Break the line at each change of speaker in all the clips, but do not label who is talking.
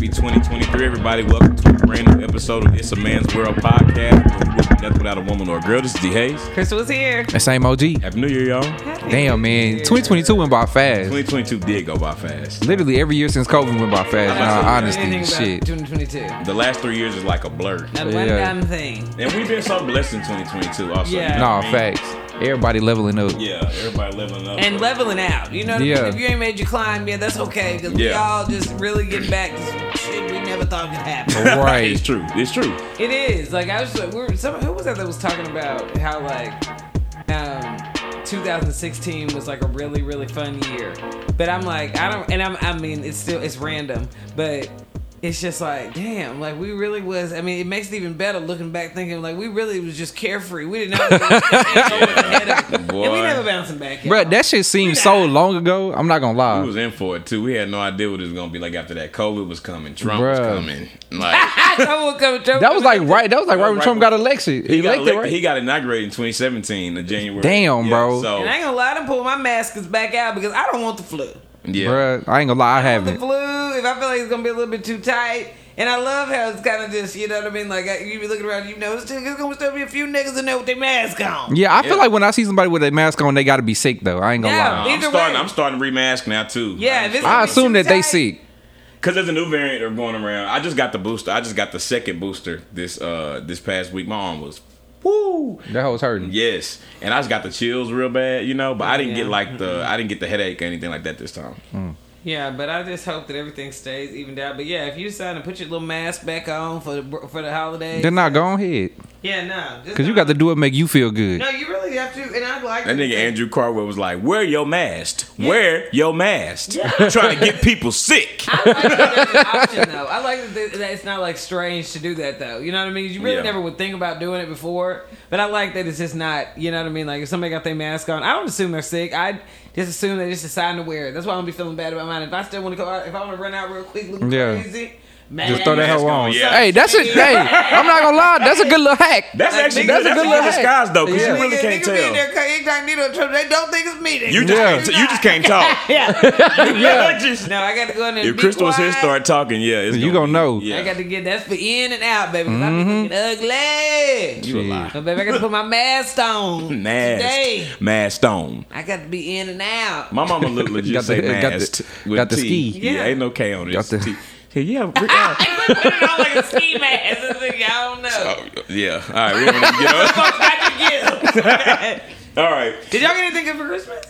2023, everybody. Welcome to a brand new episode of It's a Man's World podcast. where we wouldn't be nothing without a woman or a girl. This is D Hayes.
Crystal was here.
That same OG.
Happy New Year, y'all.
Damn, man. 2022 went by fast.
2022 did go by fast.
Literally every year since COVID went by fast. In all honesty, shit.
2022.
The last three years is like a blur.
That
Yeah.
one damn thing.
And we've been so blessed in 2022 also.
Yeah.
what
Nah,
I mean?
facts. Everybody leveling up.
Yeah, everybody leveling up.
And leveling out. You know what I mean?
Yeah.
If you ain't made your climb yet, that's okay. Because we
Yeah.
all just really getting back to some shit we never thought could happen.
Right.
It's true. It's true.
it is. Like, I was like, we were, some, who was that that was talking about how, like, um, 2016 was like a really, really fun year. But I'm like, I don't, and I'm, I mean, it's still, it's random. But it's just like, damn, like, we really was, I mean, it makes it even better looking back thinking, like, we really was just carefree. We didn't know. what was ahead of- and we
Boy.
never bouncing back.
Bruh, that shit seems so long ago. I'm not gonna
We
lie.
was in for it too. We had no idea what it was gonna be like after that. COVID was coming. Trump was
Bruh.
coming. Like
That was like right. That was like right when
Right
Trump got elected.
he got,
Elected,
elect- he
right?
got inaugurated in 2017 in January.
Damn,
Yeah,
bro.
So
And I ain't gonna lie, I done pulled my maskers back out because I don't want the flu.
yeah,
Bruh, I ain't gonna lie. I
The
haven't.
flu, if I feel like it's gonna be a little bit too tight, and I love how it's kind of just, you know what I mean? Like, I- you be looking around, you know, it's, still, it's gonna still be a few niggas in there with their mask on.
Yeah, I
Yeah.
feel like when I see somebody with a mask on, they gotta be sick though. I ain't gonna
Yeah.
lie.
I'm
Either
starting.
way.
I'm starting to remask now too.
Yeah, this
I
is
assume
too
that they
tight.
sick.
Cause there's a new variant of going around. I just got the booster. I just got the second booster this uh this past week. My arm was woo.
That was hurting.
Yes, and I just got the chills real bad, you know. But I didn't get
Yeah.
like the I didn't get the headache or anything like that this time.
Yeah, but I just hope that everything stays evened out. But yeah, if you decide to put your little mask back on for the for the holidays,
Then I go on ahead,
yeah, no, just
cause you
not-
got to do what make you feel good.
No, you really have to, and I like
That nigga Andrew Carwell was like, "Wear your mask. Wear your mask. Trying to get people sick."
I like that there's an option though. I like that, th- that it's not like strange to do that though. You know what I mean? You really
Yeah.
never would think about doing it before, but I like that it's just not. You know what I mean? Like if somebody got their mask on, I don't assume they're sick. I just assume they just deciding to wear it. That's why I'm gonna be feeling bad about mine. If I still want to go out, if I want to run out real quick, looking
Yeah.
crazy, man,
Just throw that
mask
hoe
on,
on.
yeah.
Hey, that's a hey. I'm not gonna lie. That's a good little hack.
That's
Like,
actually
nigga, that's
that's, a
a
good
good
disguise though, because
Yeah.
you really
Nigga,
can't
nigga be in
tell.
there ca- incognito, tr- they don't think it's me. They
You just
Yeah.
can't t- you just can't talk.
yeah.
yeah. just,
No, I got to go in there. and
if
be
Crystal was here,
quiet.
start talking. Yeah, it's
You
gonna
gonna
be-
know.
Yeah.
I got to get that's for in and out, baby. Because I'm
Mm-hmm.
looking ugly.
you a lie.
Oh, baby, I got to put my mask on today.
Masked, masked on.
I got to be in and out.
My mama look legit
Got
say
the- got the-
masked with
got the
T.
ski.
Yeah.
Yeah.
ain't no K on it.
Got
It's
the-
T. Hey, yeah, we- uh,
I put it on like a ski mask. This nigga, I don't know.
oh, yeah. All right, we don't wanna get up.
Fuck, I can get it.
All right.
Did y'all get anything good for Christmas?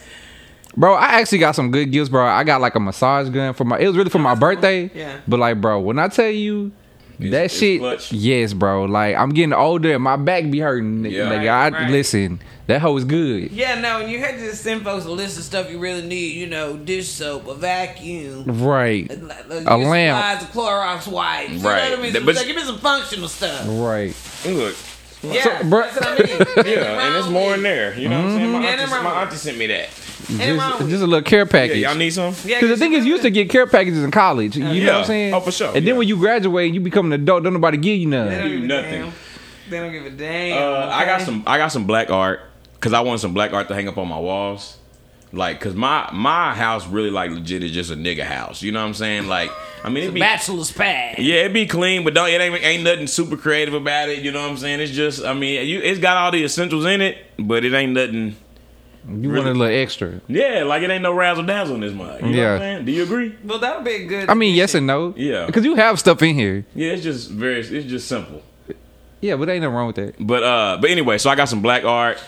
Bro, I actually got some good gifts, bro. I got like a massage gun for my. It was really for my birthday.
Yeah.
But like, bro, when I tell you that
it's
shit,
clutch.
yes, bro. Like, I'm getting older and my back be hurting.
Yeah.
Yeah. Like, I
Right, right.
listen. That hoe is good.
Yeah, no. And you had to send folks a list of stuff you really need. You know, dish soap, a vacuum.
Right.
A
A lamp.
Supplies, a Clorox wipes. You
Right.
know what I mean?
That-
Some
but-
stuff- give me some functional stuff.
Right.
Look.
Yeah,
bruh-
that's what I mean.
Yeah, and there's more in there. You know what I'm saying? My
Yeah,
auntie,
nothing wrong
my
with
auntie sent me that.
Ain't wrong
Just,
with
just a little care
Yeah,
package.
y'all need some?
Yeah,
Cause the thing is, you used to get care packages in college. You know what
Yeah.
I'm saying?
Oh, for sure,
And
yeah.
then when you graduate, and you become an adult. Don't nobody give you
They
none.
don't give a
Nothing.
damn. They don't give a damn.
Uh, I got
okay?
some. I got some black art because I want some black art to hang up on my walls. Like, cause my my house really like legit is just a nigga house. You know what I'm saying? Like, I mean, it be,
bachelor's pad.
yeah, it be clean, but don't it ain't ain't nothing super creative about it. You know what I'm saying? It's just, I mean, you, it's got all the essentials in it, but it ain't nothing.
You want a little extra.
Yeah, like it ain't no razzle dazzle in this mug. You know what
Yeah.
I'm saying? Do you agree?
Well, that would be a good.
I mean, yes and no.
Yeah.
Because you have stuff in here.
Yeah, it's just very, it's just simple.
Yeah, but ain't nothing wrong with that.
But uh, but anyway, so I got some black art.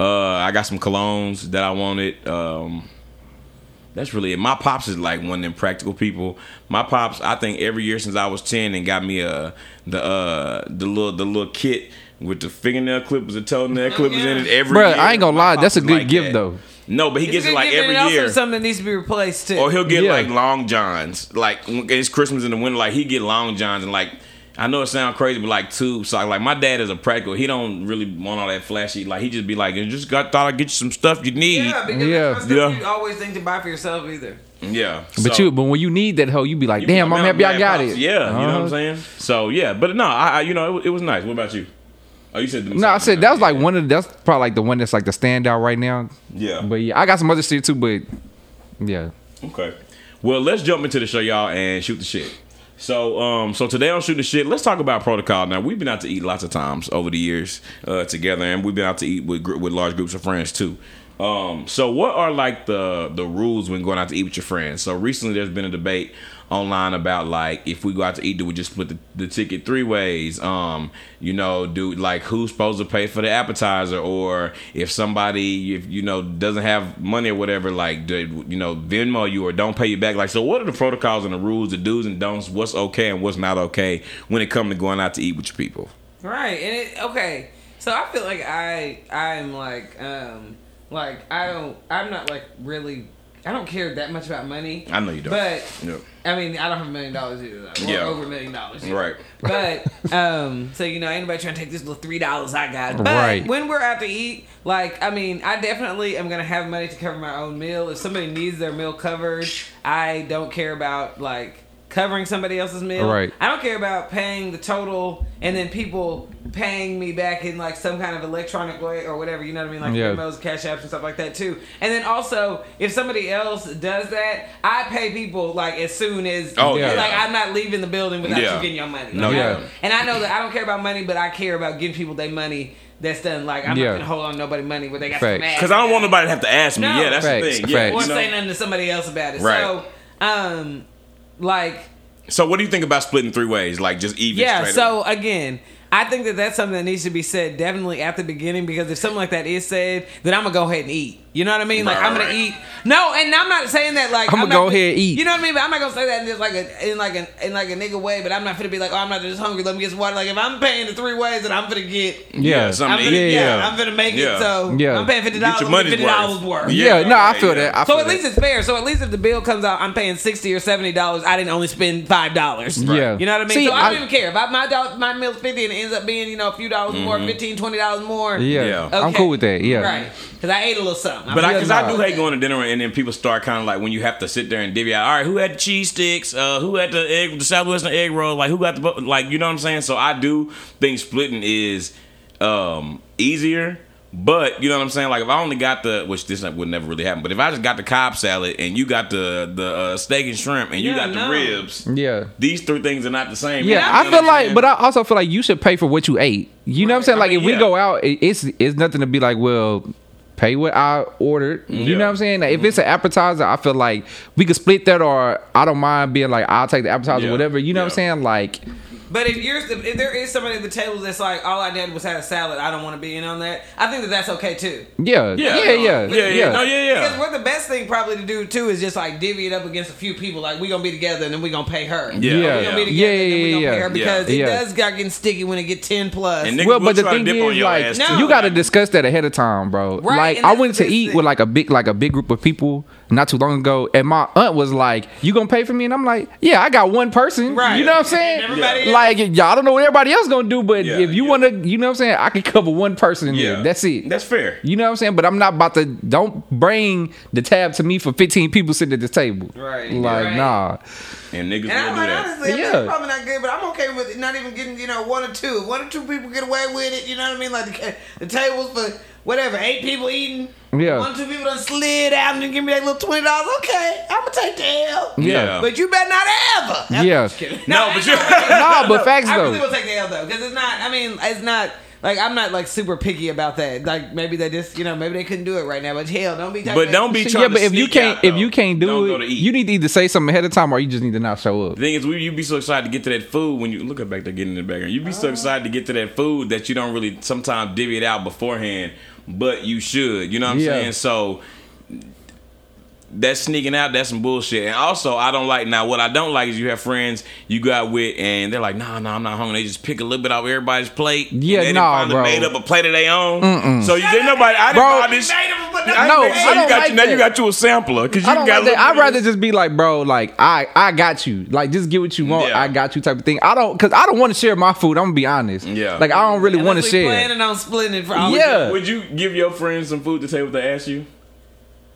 Uh, I got some colognes that I wanted. Um, that's really it. My pops is like one of them practical people. My pops, I think every year since I was ten, and got me uh the uh the little the little kit with the fingernail clippers and toenail
Oh,
clippers in it every.
Bruh,
year.
I ain't gonna
My
lie,
pops
that's a
is
good gift, though.
No, but he
It's
gets it
good
like
gift,
every
and
year.
Also something that needs to be replaced too.
Or he'll get
Yeah.
like long johns. Like when it's Christmas in the winter, like he get long johns and like I know it sounds crazy, but like tube socks. Like my dad is a practical. He don't really want all that flashy. Like he just be like, I just got thought I'd get you some stuff you need.
yeah, because
Yeah.
that's not stuff
Yeah.
you always think to buy for yourself either.
Yeah.
But
So-
you, but when you need that hoe, you be like,
you be
damn,
like,
I'm
"Man,
happy I
glad
got
pops."
it.
Yeah, you know what
Uh-huh.
I'm saying. So yeah, but no, I, I you know it, wa- it was nice. What about you? Oh, you said the
No, I said that was like one of that's probably like the one that's like the standout right now.
Yeah.
But yeah, I got some other shit too. But yeah,
Okay. Well, let's jump into the show, y'all, and shoot the shit. So, um, so today on Shoot the Shit, let's talk about protocol. Now, we've been out to eat lots of times over the years uh, together, and we've been out to eat with gr- with large groups of friends too. Um, so, what are like the the rules when going out to eat with your friends? So, recently there's been a debate online about like if we go out to eat, do we just split the, the ticket three ways? Um, you know, do like who's supposed to pay for the appetizer, or if somebody if you know doesn't have money or whatever, like do, you know Venmo you or don't pay you back. Like, so what are the protocols and the rules, the do's and don'ts? What's okay and what's not okay when it comes to going out to eat with your people?
Right. And it okay. So I feel like I I'm like um like I don't I'm not like really I don't care that much about money.
I know you don't.
But
No.
I mean I don't have a million dollars either though. Or
Yeah.
over a million dollars. either.
Right.
But um so you know anybody trying to take this little three dollars I got. But
Right.
when we're out to eat, like I mean I definitely am gonna have money to cover my own meal. If somebody needs their meal covered, I don't care about like covering somebody else's meal.
Right.
I don't care about paying the total and then people paying me back in like some kind of electronic way or whatever, you know what I mean? Like
Yeah.
Venmos, Cash Apps and stuff like that too. And then also if somebody else does that, I pay people like as soon as
Oh,
yeah.
like I'm not leaving the building without
Yeah.
you getting your money.
No,
Like, I-
yeah.
And I know that I don't care about money, but I care about giving people their money that's done like I'm
Yeah.
not gonna hold on to nobody money where they got
Facts.
some ass.
Because I don't want nobody to have to ask me.
No.
Yeah, that's
Facts,
the thing. Yeah,
facts.
or
you know?
say nothing to somebody else about it.
Right.
So um like
So, what do you think about splitting three ways? Like just even.
yeah
straight
so
up?
again i think that that's something that needs to be said definitely at the beginning because if something like that is said then i'm gonna go ahead and eat you know what i mean like
Right,
i'm gonna
right.
eat no and i'm not saying that like
I'ma
not-
go ahead and eat.
you know what i mean but i'm not gonna say that in just like a in like an in like a nigga way but i'm not gonna be like oh i'm not just hungry let me get some water like if i'm paying the three ways then i'm gonna get
yeah,
Yeah.
I'm
something
gonna,
to eat.
yeah,
yeah, yeah.
i'm gonna make
Yeah.
it so
Yeah.
i'm paying $50
Get your
I'm gonna
money's
get $50
worth.
worth
Yeah,
Yeah, no, I
right,
feel
yeah.
that. I
so
feel
at least
that.
it's fair. So at least if the bill comes out, I'm paying sixty or seventy dollars. I didn't only spend five dollars.
Yeah.
you know what I mean.
See,
so I, don't
I-
even care if I, my dollar, my mill's fifty and it ends up being you know a few dollars more,
Mm-hmm.
fifteen, twenty dollars more.
yeah,
Yeah.
I'm
Okay.
cool with that. Yeah,
right. Because I ate a little something.
But I,
Yeah,
cause I
nah.
do hate going to dinner and then people start kind of like when you have to sit there and divvy out. All right, who had the cheese sticks? Uh, who had the egg, the southwestern egg roll? Like who got the bu- like? You know what I'm saying? So I do think splitting is um, easier. But you know what I'm saying? Like if I only got the which this would never really happen. But if I just got the cob salad and you got the the uh, steak and shrimp and you
Yeah,
got the
no.
ribs,
yeah.
these three things are not the same. You
Yeah,
know
I
what
feel
I'm
like,
saying?
but I also feel like you should pay for what you ate. You know what I'm saying?
I
Like
mean,
if we
yeah.
go out, it- it's it's nothing to be like, well, pay what I ordered.
Yeah. Mm-hmm.
You know what I'm saying? Like, if it's an appetizer, I feel like we could split that, or I don't mind being like, I'll take the appetizer,
Yeah.
whatever. You know what I'm
Yeah.
saying? Like,
But if you're if there is somebody at the table that's like, all I did was have a salad. I don't want to be in on that. I think that that's okay too.
yeah, yeah, yeah, yeah,
yeah, yeah, no, yeah,
Because
yeah.
what the best thing probably to do too is just like divvy it up against a few people. Like we gonna be together and then we gonna pay her.
Yeah.
we gonna be
Yeah.
together and
Yeah,
then we
yeah,
gonna
yeah,
pay her
yeah.
because it
Yeah.
does got getting sticky when it get ten plus.
And nigga,
well,
we'll
but the
try to
thing
dip on
is,
your
like,
ass
No.
too.
you got to discuss that ahead of time, bro.
Right,
Like,
and
I
that's
went to
the
eat
thing.
with like a big, like a big group of people not too long ago, and my aunt was like, "You gonna pay for me?" And I'm like, "Yeah, I got one person."
Right.
You know what I'm
And
saying?
everybody else-
Like, y'all don't know what everybody else gonna do, but
Yeah,
if you
yeah.
wanna, you know what I'm saying, I can cover one person. Yeah. That's it.
That's fair.
you know what I'm saying? But I'm not about to. Don't bring the tab to me for 15 people sitting at this table.
Right,
Like,
right.
nah.
And niggas will do
And I'm like,
that.
honestly, yeah.
Yeah.
probably not good, but I'm okay with not even getting, you know, one or two. If One or two people get away with it, you know what I mean? Like the, ca- the tables for whatever, eight people eating.
Yeah.
One or two people done slid out and then give me that little twenty dollars. Okay, I'm gonna take the L.
Yeah.
But you better not ever. I'm
Yeah.
just kidding.
No, but you-
Nah, but facts
I
though.
really will take the L though, because it's not. I mean, it's not. Like I'm not like super picky about that. Like maybe they just, you know, maybe they couldn't do it right now. But hell, don't be. Talking
But don't be
So,
trying
yeah, but
to
if you
sneak
can't,
out,
if
though.
you can't do
Don't go to
it,
eat.
you need to either say something ahead of time, or you just need to not show up.
The thing is, we, you'd be so excited to get to that food when you look at back there getting in the background. You'd be
Uh-huh.
so excited to get to that food that you don't really sometimes divvy it out beforehand, but you should. You know what I'm
Yeah.
saying? So that's sneaking out. That's some bullshit. And also, I don't like now. What I don't like is you have friends you got with, and they're like, "Nah, nah, I'm not hungry." They just pick a little bit off everybody's plate. and
Yeah,
they done
nah,
finally
bro.
Made up a plate of their own. So you didn't nobody. I
Bro.
didn't buy this.
Made up, but
I
not
didn't
No,
make- so
I
you
don't
got
like
you, now you
that.
got you a sampler because you
I don't
got.
like
a
that.
little
I'd
bit of
rather
this.
just be like, bro, like I, I got you. Like just get what you want.
Yeah.
I got you type of thing. I don't, cause I don't want to share my food. I'm gonna be honest.
Yeah.
Like I don't really want to
Unless we
share.
Planning on splitting it for all
Yeah.
Would you give your friends some food to take if they ask you?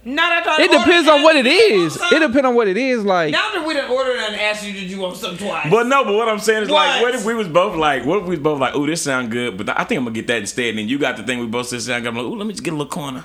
Not after I
It
ordered
depends on what it is. It
depends.
depends on what it is. Like
Now that we done ordered and asked you, did you want some twice?
But no, but what I'm saying is like,
What?
what if we was both like, what if we was both like, ooh, this sound good, but I think I'm gonna get that instead. And then you got the thing we both said sound good. I'm like, ooh, let me just get a little corner.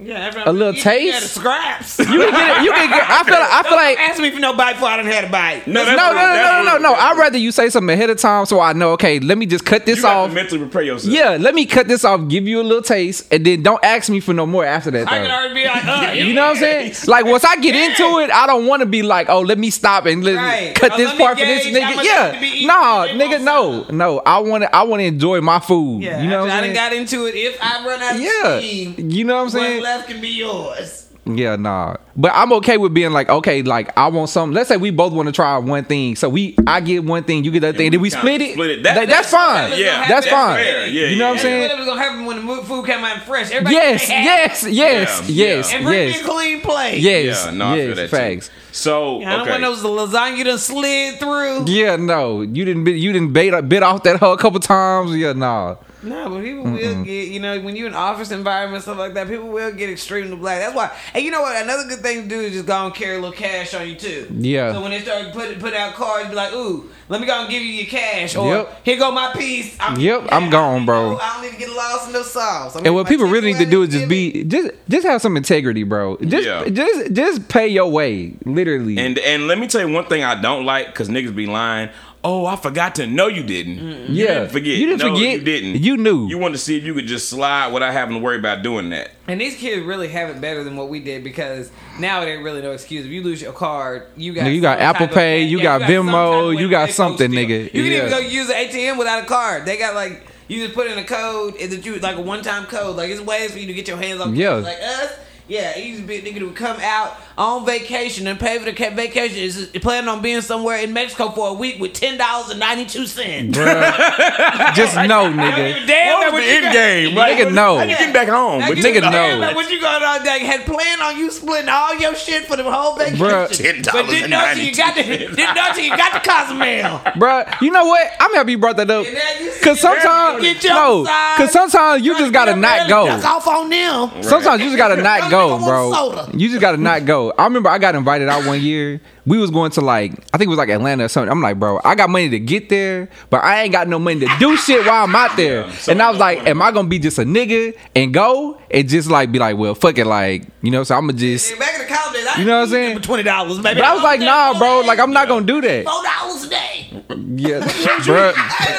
Yeah, every,
A little
you can get
taste?
the Scraps.
You can get it. You can get. I feel. Like, I feel like.
ask me for no bite before I done had a bite.
No,
No,
that's
no,
real- that's
no, no, no,
real.
no. I'd rather you say something ahead of time so I know. Okay, let me just cut
You
this
got
off.
to mentally prepare yourself.
Yeah, let me cut this off. Give you a little taste, and then don't ask me for no more after that.
I can
Though.
already be like, uh,
You know what I'm saying? Like once I get into it, I don't want to be like, oh, let me stop and let,
Right.
cut
Or
this
let me
part for this
gauge how
nigga.
much I need to be
Yeah,
eating
nah,
to get
nigga,
my
no, no. I want to. I want to enjoy my food.
Yeah,
you know
I,
what
I done
I'm saying?
got into it. If I run out of
yeah,
steam,
you know what I'm
what
saying?
left can be yours.
Yeah, nah. But I'm okay with being like, okay, like I want something. Let's say we both want to try one thing. So we, I get one thing, you get the other thing. Then
we
we
kinda
split it.
split it. That-
Like, that's fine.
that's-
yeah,
that's fine.
fair. Yeah,
You know
yeah,
what I'm
yeah.
saying?
Whatever's gonna happen when the mo- food came out fresh. Everybody
Yes,
can have
yes, yes,
Yeah,
yes,
it.
yeah.
And bring me a
yes,
clean plate.
yes,
Yeah, no, I feel
yes.
that
Facts.
too. So,
I don't
okay.
want those lasagna you done slid through.
Yeah, no, you didn't. Bit, you didn't bait, bit off that hoe a couple times. Yeah, nah.
No, but people will get, you know, when you're in office environment stuff like that, people will get extremely black. That's why. And you know what? Another good thing to do is just go and carry a little cash on you too.
Yeah.
So when they start put put out cards, be like, "Ooh, let me go and give you your cash," or
Yep.
"Here go my piece." I'm,
Yep, I'm gone, bro.
I don't need to get lost in no sauce.
And what people really need to do is just be just just have some integrity, bro. Just
Yeah.
just just pay your way, literally.
And and let me tell you one thing I don't like because niggas be lying. Oh, I forgot to. No, you didn't. You
Yeah.
didn't forget.
You didn't
No,
forget.
You didn't.
You knew.
You wanted to see if you could just slide without having to worry about doing that.
And these kids really have it better than what we did because now it ain't really no excuse. If you lose your card, you got
Nigga, you got
some
Apple
type of-
Pay, you got
some
Venmo,
type of way
you
to
got
make folks
something,
feel.
nigga.
You can
Yeah.
even go use an ATM without a card. They got like you just put in a code and that you like a one time code. Like it's ways for you to get your hands on.
Yeah.
kids like us. Yeah, you just be a nigga to come out on vacation and pay for the ca- vacation. Is planning on being somewhere in Mexico for a week with ten dollars and ninety two cents.
just know,
Damn,
nigga.
What
that
was
what
the
you
end
got-
game? Like,
Nigga,
what-
no.
How you getting back home?
Now
But
you
nigga,
just
no.
mad about What you going on that had planned on you splitting all your shit for the whole vacation.
Bruh.
But didn't know till you got the
$10.92.
didn't know till you got the Cozumel.
Bruh, you know what? I'm happy you brought that up.
And now you see
Cause
them
sometimes
get your
no,
side.
cause sometimes you just gotta
Get up
not
early,
go.
Duck off on them.
Sometimes you just gotta not go,
Nigga want
bro.
soda.
You just gotta not go. I remember I got invited out one year. We was going to like I think it was like Atlanta or something. I'm like, bro, I got money to get there, but I ain't got no money to do shit while I'm out there.
Yeah, so
and I
you
was
don't
like,
wanna
am I gonna be just a nigga and go and just like be like, well, fuck it, like you know? So I'm gonna just.
Yeah, Back in the college days, I
You know what I'm
used
saying?
them For twenty dollars, baby.
But I was like, nah, bro, like I'm not gonna do that.
four dollars a day.
Yeah, bruh.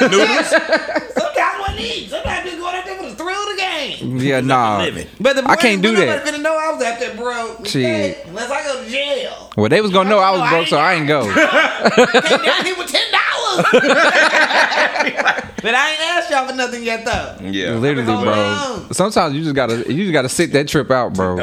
Noodles?
Sometimes one needs. Sometimes just going out there for the thrill of the game.
Yeah, nah.
living.
But the
I can't do that.
Nobody finna know I was out there, bro.
Shit.
Unless I go to jail.
Well, they was gonna know I was broke, so I ain't go.
Came down here with ten dollars. but I ain't asked y'all for nothing yet though.
Yeah.
Literally, bro.
Hold on.
Sometimes you just gotta you just gotta sit that trip out, bro.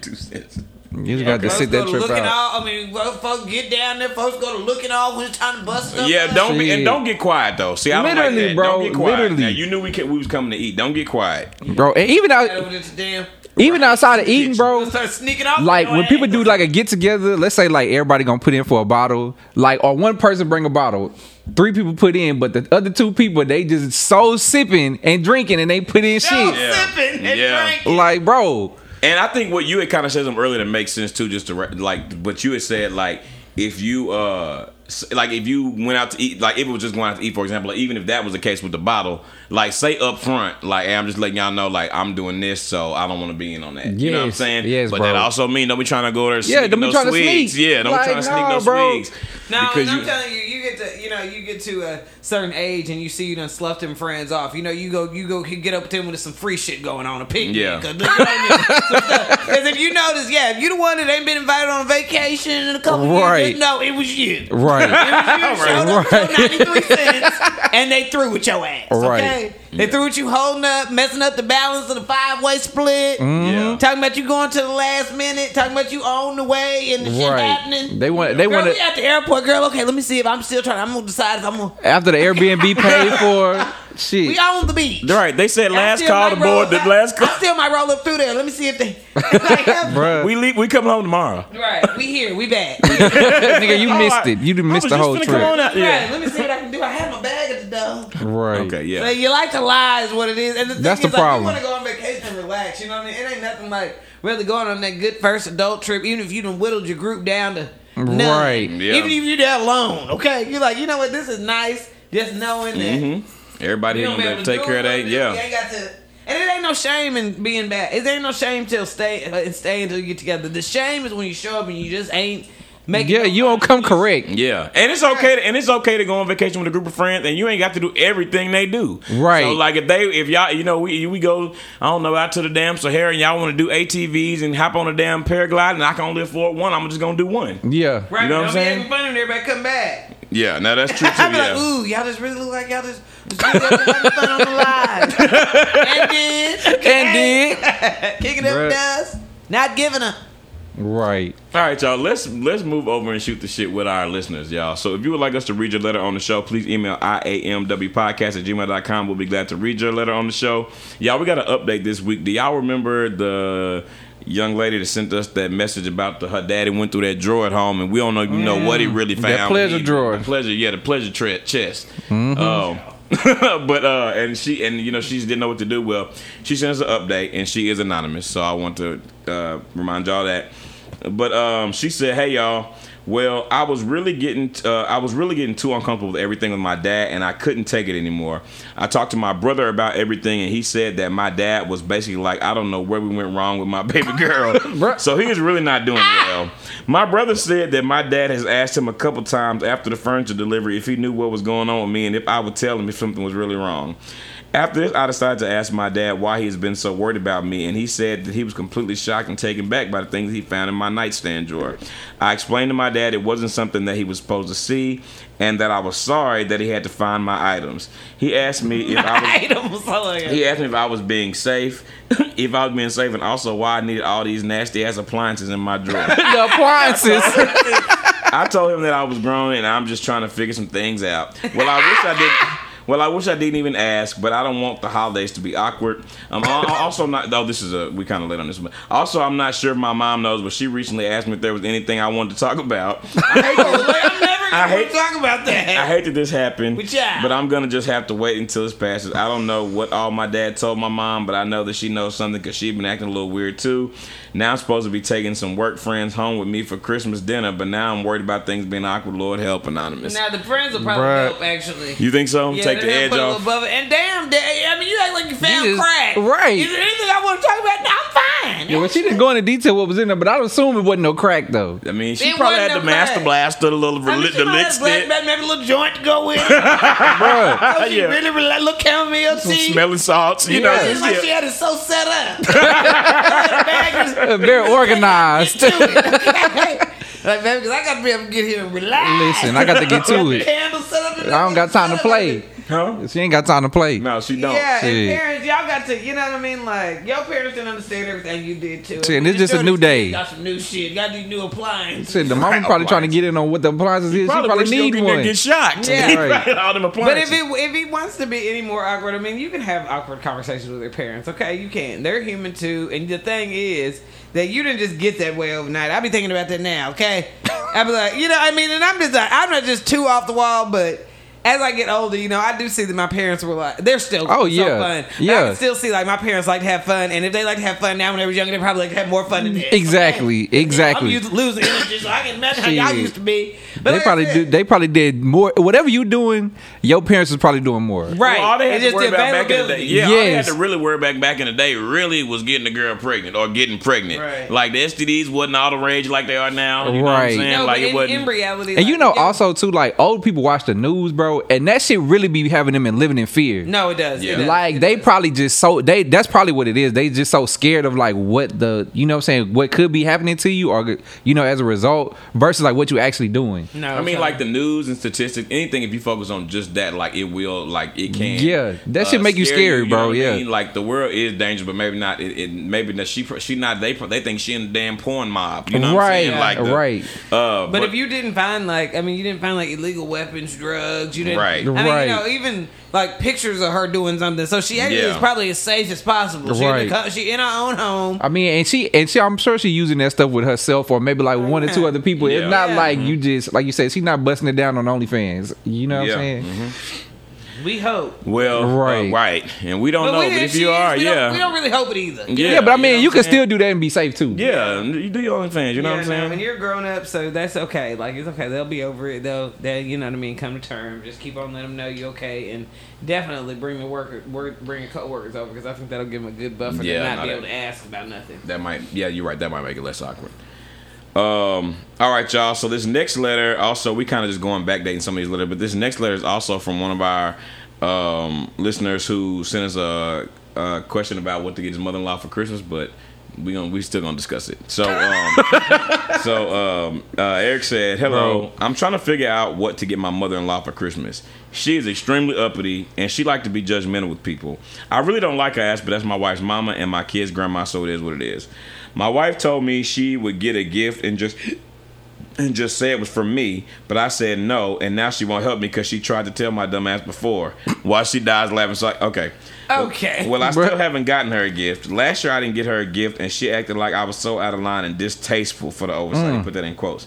$10.92.
You just gotta
Okay.
sit that
Folks go to
trip
looking
out.
all- I mean, well, folks get down there. Folks go to looking all when it's time to bust stuff.
Yeah,
up.
don't be
Shit.
and don't get quiet though. See, I don't
Literally,
like that.
bro,
Don't get quiet.
literally.
Now, you knew we ca- we was coming to eat. Don't get quiet.
bro. And even out,
Over this damn.
even outside of eating, bro.
Gonna Start sneaking off.
Like
your
when
ass.
people do like a get together, let's say like everybody gonna put in for a bottle, like or one person bring a bottle, three people put in, but the other two people they just so sipping and drinking and they put in
Y'all
shit.
Yeah.
sipping and
Yeah.
drinking.
Like, bro,
And I think what you had kind of said something earlier that makes sense too, just to re- like what you had said, like if you uh s- like if you went out to eat, like if it was just going out to eat, for example, like, even if that was the case with the bottle, like say up front, like hey, I'm just letting y'all know, like I'm doing this, so I don't want to be in on that. you know what I'm
Yes,
saying?
yes,
but
bro.
that also mean don't be trying to go there. Yeah,
Yeah, don't
don't
be
no
trying to
swigs.
sneak.
Yeah, don't
Like,
be trying to sneak
nah,
no
bro.
swigs.
No,
because
and I'm
you-
telling you, you get to you know you get to a certain age and you see you done sloughed them friends off. You know you go you go you get up to them with some free shit going on a picnic.
Yeah.
Because if you notice, yeah, if you the one that ain't been invited on vacation in a couple
Right.
years, just know it was you.
right,
It was you showed up
Right.
for 93 cents and they threw with your ass.
Right.
Okay? They threw with you holding up, messing up the balance of the five way split.
Mm-hmm. yeah.
Talking about you going to the last minute, talking about you on the way and the shit
right.
happening.
They want they
Girl,
want
we at the airport, girl. Okay, let me see if I'm still trying. I'm gonna decide if I'm gonna.
after the Airbnb paid for
We
shit.
on the beach.
All right, they said
I
last
still
call
might
to
roll
board. The
up-
last
I
call.
still might roll up through there. Let me see if they. Bruh.
Bruh.
We leave. We coming home tomorrow.
Right, we here, we back.
nigga, you missed it. You done
I
missed
was
the
just
whole
finna come on
trip.
out.
Right,
Yeah.
let me see what I can do. I have my bag at the door.
Right.
Okay. Yeah.
So you like to lie is what it is. And the thing
That's the
is, like,
problem.
You want to go on vacation and relax. You know what I mean? It ain't nothing like really going on that good first adult trip, even if you done whittled your group down to none.
Right.
Yeah.
Even if you're there alone, okay? You're like, you know what? This is nice. Just knowing that
Everybody
we
ain't
don't be able
gonna be
Mm-hmm.
able
to
to take
do
care of
it.
that.
We
Yeah.
ain't got to. And it ain't no shame in being bad. It ain't no shame till stay uh, and stay until you get together. The shame is when you show up and you just ain't making.
Yeah,
no
you don't come correct.
Yeah, and it's okay. To, and it's okay to go on vacation with a group of friends, and you ain't got to do everything they do.
Right.
So like if they, if y'all, you know, we we go, I don't know, out to the damn Sahara, and y'all want to do ATVs and hop on a damn paraglide, and I can only afford one, I'm just gonna do one.
Yeah.
Right,
You know
don't
what I'm
be
saying?
having fun and everybody come back.
Yeah, now that's true too.
I'd be like, ooh, y'all just really look like y'all just was really having fun on the live. and then,
And then
kicking up
Bruh.
dust, not giving a.
right.
All right, y'all. Let's let's move over and shoot the shit with our listeners, y'all. So if you would like us to read your letter on the show, please email iamwpodcast at gmail.com. We'll be glad to read your letter on the show. Y'all, we got an update this week. Do y'all remember the young lady that sent us that message about the, her daddy went through that drawer at home and we don't know you know what he really found.
pleasure
He-
drawer.
the pleasure, yeah, the pleasure tre- chest. Um, but uh and she and you know she didn't know what to do. Well, she sent us an update and she is anonymous, so I want to uh remind y'all that. But um she said, "Hey y'all, well, I was really getting uh, I was really getting too uncomfortable with everything with my dad and I couldn't take it anymore. I talked to my brother about everything and he said that my dad was basically like, I don't know where we went wrong with my baby girl.
Bruh.
so he is really not doing well. My brother said that my dad has asked him a couple times after the furniture delivery if he knew what was going on with me and if I would tell him if something was really wrong. After this, I decided to ask my dad why he has been so worried about me, and he said that he was completely shocked and taken back by the things he found in my nightstand drawer. I explained to my dad it wasn't something that he was supposed to see, and that I was sorry that he had to find my items. He asked me if I was
Items, I like it.
he asked me if I was being safe, if I was being safe, and also why I needed all these nasty ass appliances in my drawer.
The appliances.
I told him that I was grown and I'm just trying to figure some things out. Well, I wish I didn't. Well, I wish I didn't even ask, but I don't want the holidays to be awkward. I'm al- also not. Though this is a we kind of late on this one. Also, I'm not sure if my mom knows, but she recently asked me if there was anything I wanted to talk about. I hate that-
Like, I'm never
I
gonna
hate-
talk about that.
I hate that this happened,
But yeah.
but I'm gonna just have to wait until this passes. I don't know what all my dad told my mom, but I know that she knows something because she's been acting a little weird too. Now I'm supposed to be taking some work friends home with me for Christmas dinner, but now I'm worried about things being awkward. Lord help, anonymous.
Now the friends will probably
Bruh.
help actually.
You think so?
they're
Take the
gonna
edge
put a
off.
little bubble- And damn, they, I mean, you act like you found
You just-
crack.
right.
Is there anything I want to talk about? No, I'm fine.
Yeah, well, she didn't go into detail what was in there, but I would assume it wasn't no crack though.
I mean, she
It
probably
wasn't
had the
no
master
crack.
blaster, the little
I mean,
the
she might
lick
have black,
stick,
maybe maybe a little joint to go with. it.
Bruh.
Oh, she
Yeah.
really, really, like little chamomile
some
tea.
smelling salts. You know,
Yeah.
It's like
yeah.
she had it so set up. The bag was-
Very organized.
to it. okay? Like, baby, because I got to be able to get here and relax.
Listen, I got to get to it.
Candle set up and
I don't got time to play.
huh?
She ain't got time to play.
No, she don't.
Yeah,
Shit.
and parents, y'all got to, you know what I mean? Like, your parents didn't understand everything you did too.
Shit, and it's just a
Your
new day.
Got some new shit. Got these new appliances.
Shit, the mom probably trying to get in on what the appliances is. She
Probably,
probably
wish she
need
don't get there and
one.
Get shocked.
Yeah.
Right.
All them
But if
appliances.
it if he wants to be any more awkward, I mean, you can have awkward conversations with your parents. Okay, you can. They're human too, and the thing is that you didn't just get that way overnight. I be thinking about that now. Okay, I be like, you know, I mean, and I'm just like, I'm not just too off the wall, but. As I get older, you know, I do see that my parents were like, they're still so
Oh, yeah.
fun. But I
Yeah.
can still see like my parents like to have fun, and if they like to have fun now when they were younger, they probably like to have more fun than this.
Exactly,
I'm
exactly.
used to losing energy, so I can imagine how y'all
Shit.
used to be. But
They
like I
probably
said-
do. They probably did more. Whatever you doing, your parents is probably doing more.
Right.
Well, all they had
It's
to
just
worry
the
about back in the day,
availability.
yeah, all they had
Yes.
to really worry about back in the day really was getting a girl pregnant or getting pregnant.
Right.
Like the STDs wasn't all the rage like they are now. You know what I'm
Right.
saying?
No,
like
but
it
in,
wasn't.
in reality,
And
like,
you know,
yeah.
also too, like old people watch the news, bro, and that shit really be having them in living in fear.
no, it does.
Yeah.
It does.
Like they probably just so they that's probably what it is. They just so scared of like what the you know what I'm saying what could be happening to you or you know as a result versus like what you actually doing.
no,
I mean,
sorry.
like the news and statistics, anything. If you focus on just that, like it will, like it can. uh,
Yeah, that should make you
scare
scary, bro,
know what I
yeah.
mean? like the world is dangerous, but maybe not. It, it maybe that she pro- she not they pro- they think she in the damn porn mob. You know what I'm
right,
saying? Like the-
right.
Uh,
but, if you didn't find like, I mean, you didn't find like illegal weapons, drugs. You didn't.
Right.
I mean,
Right.
you know, even like pictures of her doing something. So she actually
Yeah.
is probably as safe as possible. She, in
Right.
the, co- she in her own home.
I mean, and she and she, I'm sure she using that stuff with herself or maybe like one or two
yeah.
other people.
Yeah. Mm-hmm.
It's not
Yeah.
like you just like you said, she's not busting it down on OnlyFans. You know what
Yeah. Mm-hmm.
I'm saying?
We hope.
Well, uh,
Right.
right, and we don't know.
we,
but if
she
you
is,
are,
we
yeah,
Don't, we don't really hope it either.
yeah,
Yeah, but I
you
mean,
know
you
what I'm
can
saying?
still do that and be safe too.
yeah, you do your OnlyFans. You know
Yeah,
what I'm
no,
saying?
and you're grown up, so that's okay. Like it's okay. They'll be over it. They'll, they, you know what I mean. Come to terms. Just keep on letting them know you're okay, and definitely bring the worker, work, bring your coworkers over because I think that'll give them a good buffer
Yeah,
to not
not
be
that-
able to ask about nothing.
That might, yeah, you're right. That might make it less awkward. Um, all right, y'all. So this next letter, also, we kind of just going backdating some of these letters, but this next letter is also from one of our um, listeners who sent us a, a question about what to get his mother-in-law for Christmas, but we gonna we still gonna discuss it. So, um, so um, uh, Eric said, "Hello,
Bro.
I'm trying to figure out what to get my mother-in-law for Christmas. She is extremely uppity, and she like to be judgmental with people. I really don't like her ass, but that's my wife's mama and my kid's grandma, so it is what it is. My wife told me she would get a gift and just." And just say it was for me, but I said no, and now she won't help me because she tried to tell my dumb ass before. Why she dies laughing? So okay,
Okay.
Well, I still
Bruh.
haven't gotten her a gift. Last year I didn't get her a gift, and she acted like I was so out of line and distasteful for the oversight. He Put that in quotes.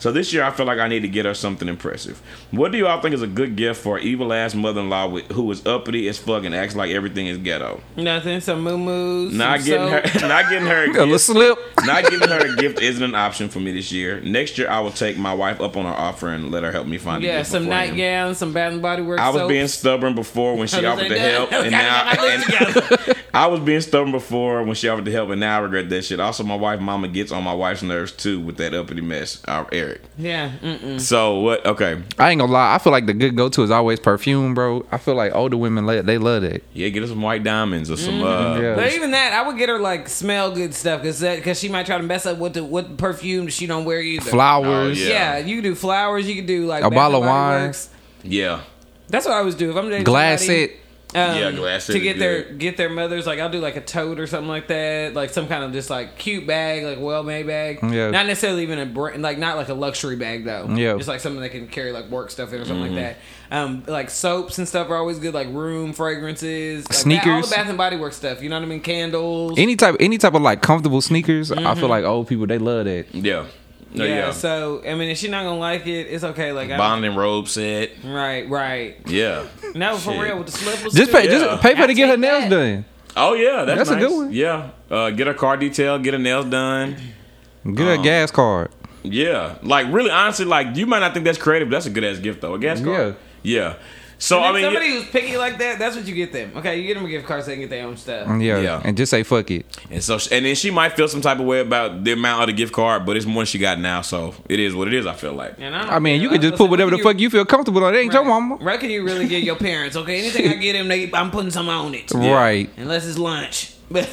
So this year I feel like I need to get her something impressive. What do y'all think is a good gift for an evil ass mother in law who is uppity as fuck and acts like everything is ghetto?
Nothing. Some moo moos.
Not getting her, not getting her a
A little
gift
slip.
not giving her a gift isn't an option for me this year. Next year, I will take my wife up on her offer and let her help me find. a
Yeah,
gift
some
beforehand.
nightgowns, some Bath and Body Works.
I was
soaps.
being stubborn before when she
Other than
offered to
that,
help,
okay,
and now
I got my list
and-
together.
I was being stubborn before when she offered to help, and now I regret that shit. Also, my wife, Mama, gets on my wife's nerves too with that uppity mess, uh, Eric.
yeah. Mm-mm.
So what? Okay,
I ain't gonna lie. I feel like the good go to is always perfume, bro. I feel like older women love- they love that.
yeah, get us some white diamonds or some. Uh,
Yeah.
But even that, I would get her like smell good stuff because because she might try to mess up with the what perfume she don't wear either.
Flowers.
Oh,
Yeah. you can do flowers. You can do like
A
Bath
bottle
and
of
Body
wine.
Works.
yeah,
That's what I always do if I'm dating
Glass
somebody,
it.
Um,
Yeah, glass it
to
is
get their
good.
get their mothers like I'll do like a tote or something like that, like some kind of just like cute bag, like well made bag.
Yeah.
Not necessarily even a brand, like not like a luxury bag though.
Yeah.
Just like something they can carry like work stuff in or something like
Mm-hmm.
that. Um, like soaps and stuff are always good, like room fragrances, like That, all the
Sneakers.
Bath and Body Works stuff. You know what I mean? Candles.
Any type, any type of like comfortable sneakers. I
Mm-hmm.
feel like old people they love that.
yeah, No,
yeah,
yeah.
So I mean, if she's not gonna like it, it's okay. Like I
Bond and robe set.
don't- right, right.
Yeah.
No, for
Shit.
real with the slippers.
Just
too.
pay,
Yeah.
just pay for her to
I'll
get her
take
nails
that.
done.
Oh yeah, that's,
That's a
nice.
good one.
Yeah, uh, get her car detailed, get her nails done.
Get
Uh-huh.
her a gas card.
Yeah, like really, honestly, like you might not think that's creative. But that's a good ass gift though. A gas card. Yeah. So I
And if
mean,
somebody who's picky like that, that's what you get them. Okay, you get them a gift card so they can get their own stuff.
Yeah.
Yeah.
and just say fuck it.
and so and then she might feel some type of way about the amount of the gift card, but it's more than she got now, so it is what it is. I feel like.
And I, don't
I mean,
care.
you can just
Listen,
put
what
whatever
can
the fuck you feel comfortable on. It ain't your mama.
Right? Can you really get your parents? Okay, anything I get them, they, I'm putting some on it.
Right.
Unless it's lunch, but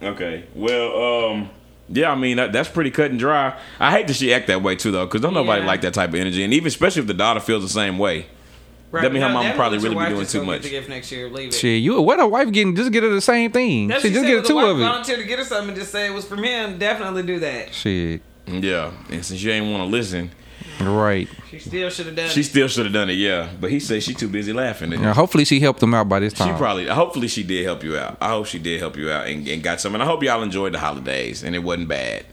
Okay. Well, um, yeah, I mean that, that's pretty cut and dry. I hate that she act that way too, though, because don't nobody
Yeah.
like that type of energy, and even especially if the daughter feels the same way.
right,
That mean her
no,
mama
definitely
probably
your
really be
wife
doing
just
too
gonna get
much.
The gift next year, leave it.
Shit, you what a wife getting? Just get her the same thing.
That's
Shit,
what
just
she said,
get her
if the
two
wife
of it.
Volunteer to get her something and just say it was from him. Definitely do that.
Shit,
Yeah, and since you ain't want to listen,
right.
She still should have done.
she
it.
still should have done it. Yeah, but he said she too busy laughing. And
Now, hopefully she helped them out by this
She
time.
probably, hopefully, she did help you out. I hope she did help you out and, and got some. And I hope y'all enjoyed the holidays and it wasn't bad.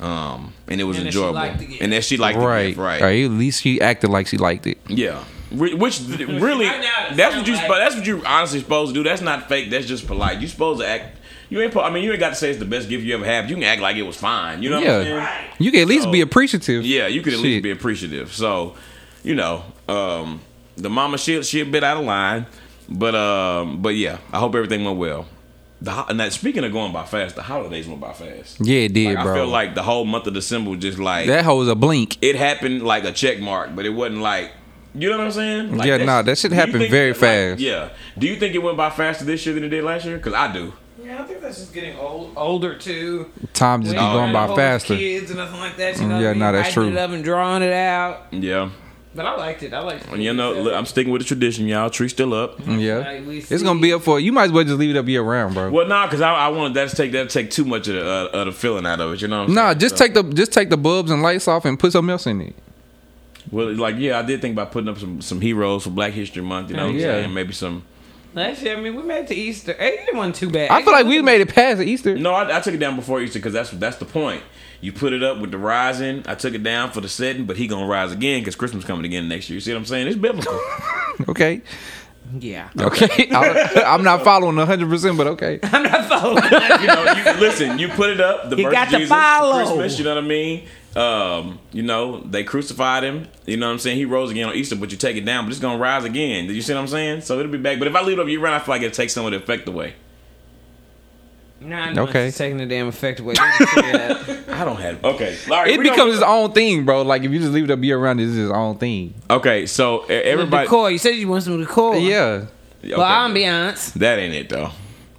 Um, and it was
And that she
enjoyable,
liked the gift.
and that she liked the
right,
gift,
right.
right?
At least she acted like she liked it.
Yeah, Re- which th- really,
Right now, it
that's what you,
sounds
spo-
like-
that's what you honestly supposed to do. That's not fake. That's just polite. You supposed to act. You ain't. po- I mean, you ain't got to say it's the best gift you ever had. but You can act like it was fine. You know what I'm saying?
Yeah, you can at least
So-
be appreciative.
Yeah, you could at least
Shit.
be appreciative. So, you know, um, the mama she she a bit out of line, but um, but yeah, I hope everything went well. The ho- and that, speaking of going by fast, the holidays went by fast.
Yeah, it did,
Like,
bro.
I feel like the whole month of December was just like
that hoe was a blink.
it happened like a check mark, but it wasn't like you know what I'm saying? Like,
Yeah,
that's-
nah, that shit
do you
happened
think-
very
like,
fast.
Yeah. Do you think it went by faster this year than it did last year? Because I do.
Yeah, I think that's just getting old, older too.
Time just
We
be
ain't
going
got
by
no
faster. Mm,
Kids and nothing like that. You know
Yeah,
what I mean?
nah, that's
Writing
true.
It up and drawing it out,
Yeah.
but I liked it. I liked it.
You know, look, I'm sticking with the tradition, y'all. Tree still up.
Yeah,
Like, we
it's gonna be up for you. Might as well just leave it up year round, bro.
Well, nah, because I, I wanted that to take that to take too much of the, uh, of the feeling out of it. You know? What I'm
Nah,
saying?
just
So-
take the just take the bulbs and lights off and put something else in it.
Well, like yeah, I did think about putting up some some heroes for Black History Month. You know what I'm
Yeah.
saying? Maybe some.
Last year, I mean, we made it to Easter. Hey, It wasn't too bad.
I feel like we made it past Easter.
No, I, I took it down before Easter because that's that's the point. You put it up with the rising. I took it down for the setting, but he gonna rise again because Christmas coming again next year. You see what I'm saying? It's biblical.
Okay.
Yeah.
Okay. I, am not following 100%, but okay.
I'm not following.
you know, you, listen, you put it up. The
You
birth
got
of
to
Jesus,
follow.
Christmas. You know what I mean? Um, you know, they crucified him. You know what I'm saying? He rose again on Easter, but you take it down, but it's gonna rise again. Did you see what I'm saying? So it'll be back. But if I leave it up, you run. I feel like it takes some of the effect away.
Nine okay.
Okay.
months taking the damn effect away. Don't you say that.
I don't have. Okay, Larry,
It
we don't-
becomes its own thing, bro. Like, if you just leave it up year round, it's its own thing.
okay. So e-
the
everybody,
decor. You said you want some decor.
Yeah.
okay.
Well, ambiance.
that ain't it though.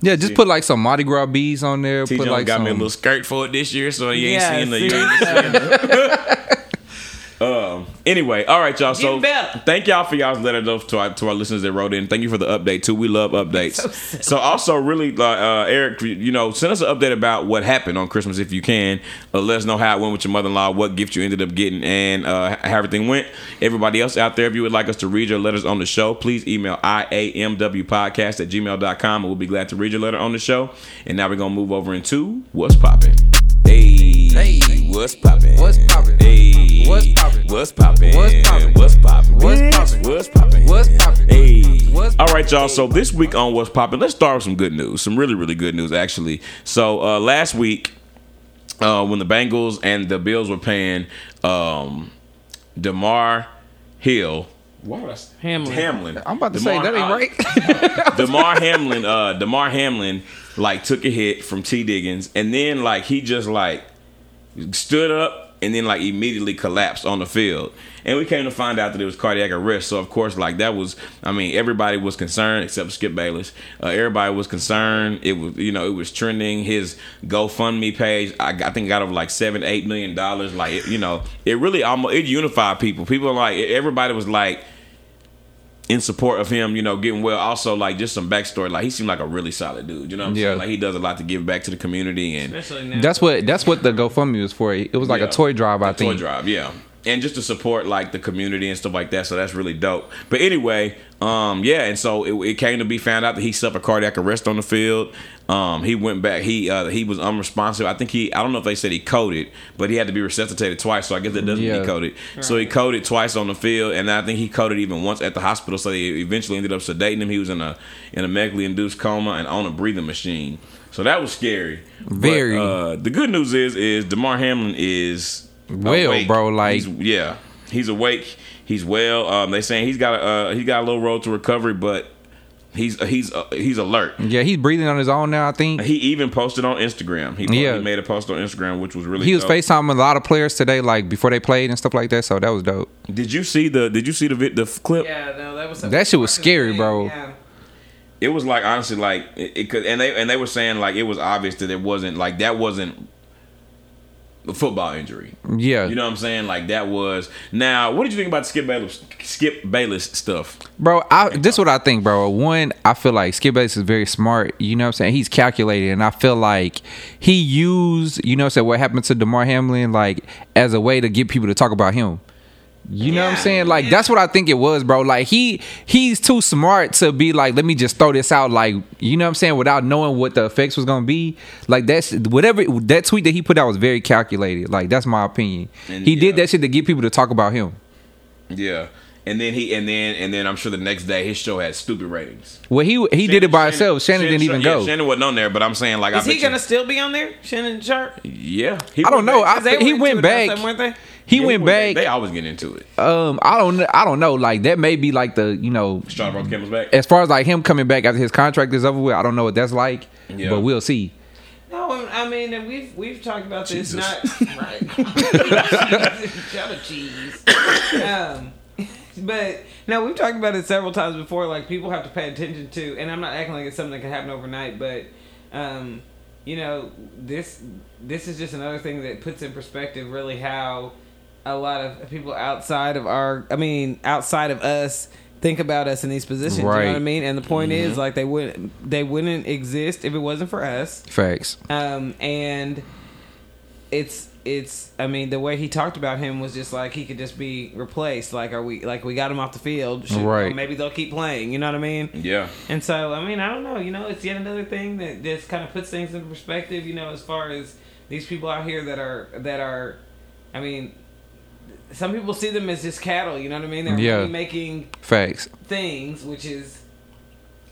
Yeah, just put like some Mardi Gras beads on there.
T.
put
Jones
like
got
some,
me a little skirt for it this year, so you ain't
Yeah,
seeing the. You
see?
ain't Anyway, all right, y'all. So
Getting better.
thank y'all for y'all's letter though to our, to our listeners that wrote in. Thank you for the update too. We love updates. So, also, really, uh, uh, Eric, you know, send us an update about what happened on Christmas if you can. Uh, let us know how it went with your mother-in-law, what gift you ended up getting, and uh, how everything went. Everybody else out there, if you would like us to read your letters on the show, please email iamwpodcast at gmail.com and we'll be glad to read your letter on the show. And now we're gonna move over into what's popping. Hey,
Hey.
what's popping?
What's poppin'?
Hey,
What's poppin'?
What's poppin'?
What's poppin'?
What's poppin'?
What's
Bitch,
poppin'?
What's poppin'?
What's poppin'?
Hey.
What's
All right, y'all. So this week on What's Poppin', let's start with some good news. Some really, really good news, actually. So uh, last week, uh, when the Bengals and the Bills were paying um, Demar Hill. Why would I say
Hamlin.
Hamlin?
I'm about to say,
DeMar-
that ain't
uh,
right.
Damar Hamlin, uh, Damar Hamlin, like took a hit from T Diggins, and then like he just like stood up and then like immediately collapsed on the field. And we came to find out that it was cardiac arrest. So of course, like that was, I mean, everybody was concerned except Skip Bayless. Uh, everybody was concerned. It was, you know, it was trending. His GoFundMe page, I, I think, got over like seven, eight million dollars. Like, it, you know, it really almost it unified people. People like e, everybody was like in support of him, you know, getting well. Also, like just some backstory. Like he seemed like a really solid dude. You know what I'm
Yeah.
saying? Like he does a lot to give back to the community and
Especially now.
that's what that's what the GoFundMe was for. It was like
Yeah.
a toy drive, I think.
toy drive, yeah. And just to support like the community and stuff like that, so that's really dope. But anyway, um, yeah, and so it, it came to be found out that he suffered cardiac arrest on the field. Um, he went back. He uh, he was unresponsive. I think he. I don't know if they said he coded, but he had to be resuscitated twice. So I guess that doesn't mean
Yeah.
he coded. So he coded twice on the field, and I think he coded even once at the hospital. So they eventually ended up sedating him. He was in a in a medically induced coma and on a breathing machine. So that was scary. But,
Very.
uh, the good news is is Demar Hamlin is
Well,
awake.
bro, like-
He's- yeah, he's awake. He's well. Um, they saying he's got a uh, he got a little road to recovery, but he's he's uh, he's alert.
Yeah, he's breathing on his own now, I think.
He even posted on Instagram. He, po-
Yeah.
he made a post on Instagram, which was really.
He was
dope.
FaceTiming a lot of players today, like before they played and stuff like that. So that was dope.
Did you see the Did you see the vid- the f- clip?
Yeah, no, that was
That shit was scary, bro.
Yeah.
It was like honestly, like it, it could, and they and they were saying like it was obvious that it wasn't like that wasn't a football injury.
Yeah,
You know what I'm saying? Like that was. Now, what did you think about Skip Bayless? Skip Bayless stuff.
bro. I, this is what I think, bro. One, I feel like Skip Bayless is very smart. You know what I'm saying? He's calculated, and I feel like he used, you know, what I'm saying what happened to Demar Hamlin, like as a way to get people to talk about him. You know what
Yeah.
I'm saying? Like that's what I think it was, bro. Like he he's too smart to be like, let me just throw this out, like you know what I'm saying, without knowing what the effects was gonna be. Like that's whatever that tweet that he put out was very calculated. Like that's my opinion.
And,
he did
yeah.
that shit to get people to talk about him.
Yeah. And then he and then and then I'm sure the next day his show had stupid ratings.
Well, he he did it by himself. Shannon, didn't even
yeah,
go.
Shannon wasn't on there, but I'm saying like
Is
I bet
he gonna
you,
still be on there, Shannon Sharp?
Yeah. He
I
went
don't know.
back.
I,
'Cause they
he
were
went
into it or
back.
something, weren't they?
He
Yeah,
went
back.
back.
They always get into it.
Um, I don't. kn- I don't know. Like that may be like the you know,
Sean brought the cameras back.
as far as like him coming back after his contract is over with. I don't know what that's like,
Yeah.
but we'll see.
No, I'm- I mean, and we've we've talked about this.
Jesus.
Not right. Cheddar cheese. Um, but no, we've talked about it several times before. Like people have to pay attention to, and I'm not acting like it's something that can happen overnight. But um, you know, this this is just another thing that puts in perspective really how a lot of people outside of our, I mean, outside of us. Think about us in these positions, you know what I
Right.
mean. And the point is, like, they wouldn't they wouldn't exist if it wasn't for us
Facts.
um, and it's it's I mean the way he talked about him was just like he could just be replaced like are we like we got him off the field Should-
Right.
maybe they'll keep playing you know what I mean
Yeah.
and so I mean I don't know you know it's yet another thing that just kind of puts things into perspective you know as far as these people out here that are that are I mean some people see them as just cattle. You know what I mean? They're
Yeah.
really making
Facts.
things, which is,